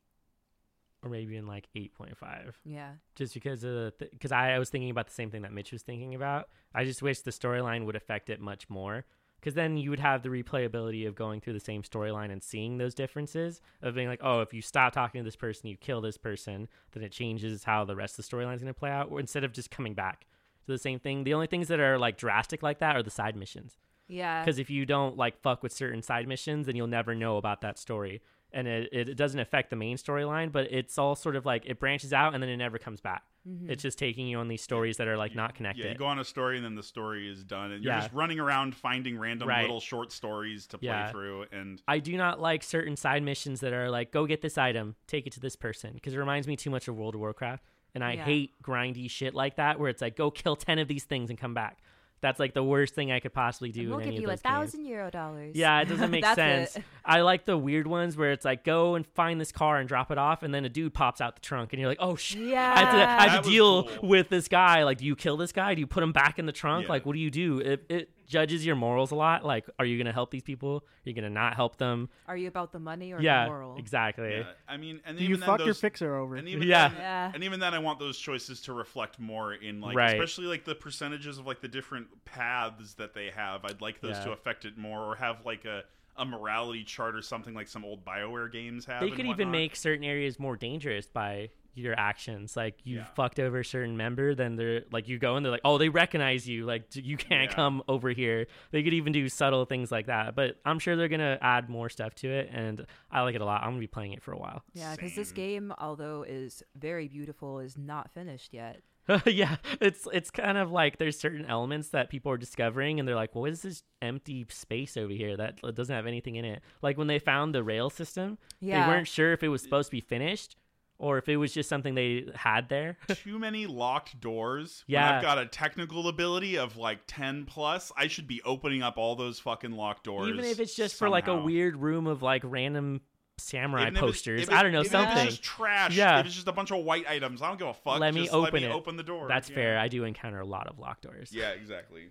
D: or maybe in like eight point five,
E: Yeah.
D: just because of the because I, I was thinking about the same thing that Mitch was thinking about. I just wish the storyline would affect it much more, because then you would have the replayability of going through the same storyline and seeing those differences of being like, oh, if you stop talking to this person, you kill this person, then it changes how the rest of the storyline's gonna play out, or instead of just coming back to the same thing. The only things that are like drastic like that are the side missions.
E: Yeah.
D: because if you don't like fuck with certain side missions then you'll never know about that story and it, it, it doesn't affect the main storyline but it's all sort of like it branches out and then it never comes back
E: Mm-hmm.
D: it's just taking you on these stories that are like not connected
C: Yeah, you go on a story and then the story is done, and you're
D: Yeah.
C: just running around finding random
D: Right.
C: little short stories to play
D: Yeah.
C: through. And
D: i do not like certain side missions that are like go get this item take it to this person because it reminds me too much of world of warcraft and i
E: Yeah.
D: hate grindy shit like that where it's like go kill 10 of these things and come back That's like the worst thing I could possibly do.
E: we'll
D: in
E: give
D: any
E: you
D: of
E: a
D: those games.
E: thousand euro dollars.
D: Yeah, it doesn't make
E: That's
D: sense.
E: it.
D: I like the weird ones where it's like go and find this car and drop it off, and then a dude pops out the trunk, and you're like, oh shit. I have to, I
E: Yeah.
D: have
C: That
D: to
C: was
D: deal
C: cool.
D: with this guy. Like, do you kill this guy? Do you put him back in the trunk?
C: Yeah.
D: Like, what do you do? It, it judges your morals a lot. Like, are you gonna help these people? Are you gonna not help them?
E: Are you about the money or
D: yeah,
E: the moral?
D: exactly.
C: Yeah, I mean, and
F: Do
C: even
F: you
C: then
F: fuck
C: those,
F: your fixer over?
C: And even
D: Yeah.
C: Then,
E: Yeah.
C: And even then, I want those choices to reflect more in like,
D: Right.
C: especially like the percentages of like the different paths that they have. I'd like those
D: Yeah.
C: to affect it more, or have like a a morality chart or something like some old Bioware games have.
D: They
C: and
D: could even
C: whatnot.
D: make certain areas more dangerous by your actions. Like you
C: Yeah.
D: fucked over a certain member, then they're like you go and they're like, oh, they recognize you. Like d- you can't
C: Yeah.
D: come over here. They could even do subtle things like that. But I'm sure they're gonna add more stuff to it, and I like it a lot. I'm gonna be playing it for a while.
E: Yeah, because this
C: Same.
E: game, although is very beautiful, is not finished yet.
D: yeah, it's it's kind of like there's certain elements that people are discovering, and they're like, "What is this empty space over here that l- doesn't have anything in it?" Like when they found the rail system,
E: Yeah.
D: they weren't sure if it was supposed to be finished or if it was just something they had there.
C: too many locked doors. when
D: Yeah.
C: I've got a technical ability of like ten plus. I should be opening up all those fucking locked doors,
D: Even if it's just for like a
C: somehow.
D: weird room of like random samurai
C: Even if it's-
D: posters,
C: if it-
D: I don't know
C: even if it's
D: something.
C: just trash.
D: Yeah.
C: if it's just a bunch of white items. I don't give a fuck.
D: Let me
C: Just
D: open
C: let
D: it.
C: me Open the door.
D: That's
C: Yeah.
D: fair. I do encounter a lot of locked doors,
C: Yeah, exactly.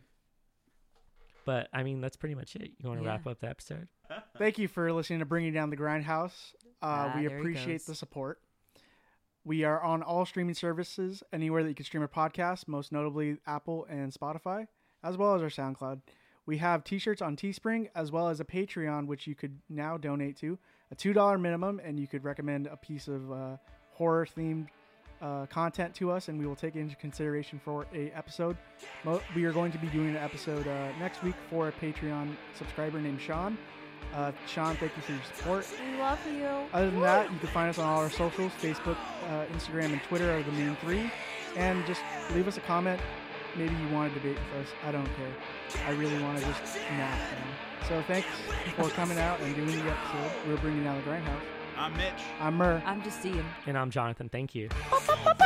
D: but I mean that's pretty much it. You want to
E: Yeah.
D: wrap up the episode?
F: Thank you for listening to Bringing Down the Grindhouse. Uh,
E: Ah,
F: we
E: there he
F: appreciate
E: goes.
F: the support. We are on all streaming services, anywhere that you can stream a podcast, most notably Apple and Spotify, as well as our SoundCloud. We have t shirts on Teespring, as well as a Patreon, which you could now donate to a $2 minimum, and you could recommend a piece of uh, horror themed uh, content to us, and we will take it into consideration for a episode. Mo- we are going to be doing an episode uh, next week for a Patreon subscriber named Sean. Uh, Sean, thank you for your support.
E: We love you.
F: Other than that, you can find us on all our socials Facebook, uh, Instagram, and Twitter are the main three. And just leave us a comment. Maybe you want to debate with us. I don't care. I really want to just nap now. So thanks for coming out and doing the episode. We're bringing down the grindhouse.
C: I'm Mitch.
F: I'm Murr.
E: I'm just seeing.
D: And I'm Jonathan. Thank you.
C: Sounds good.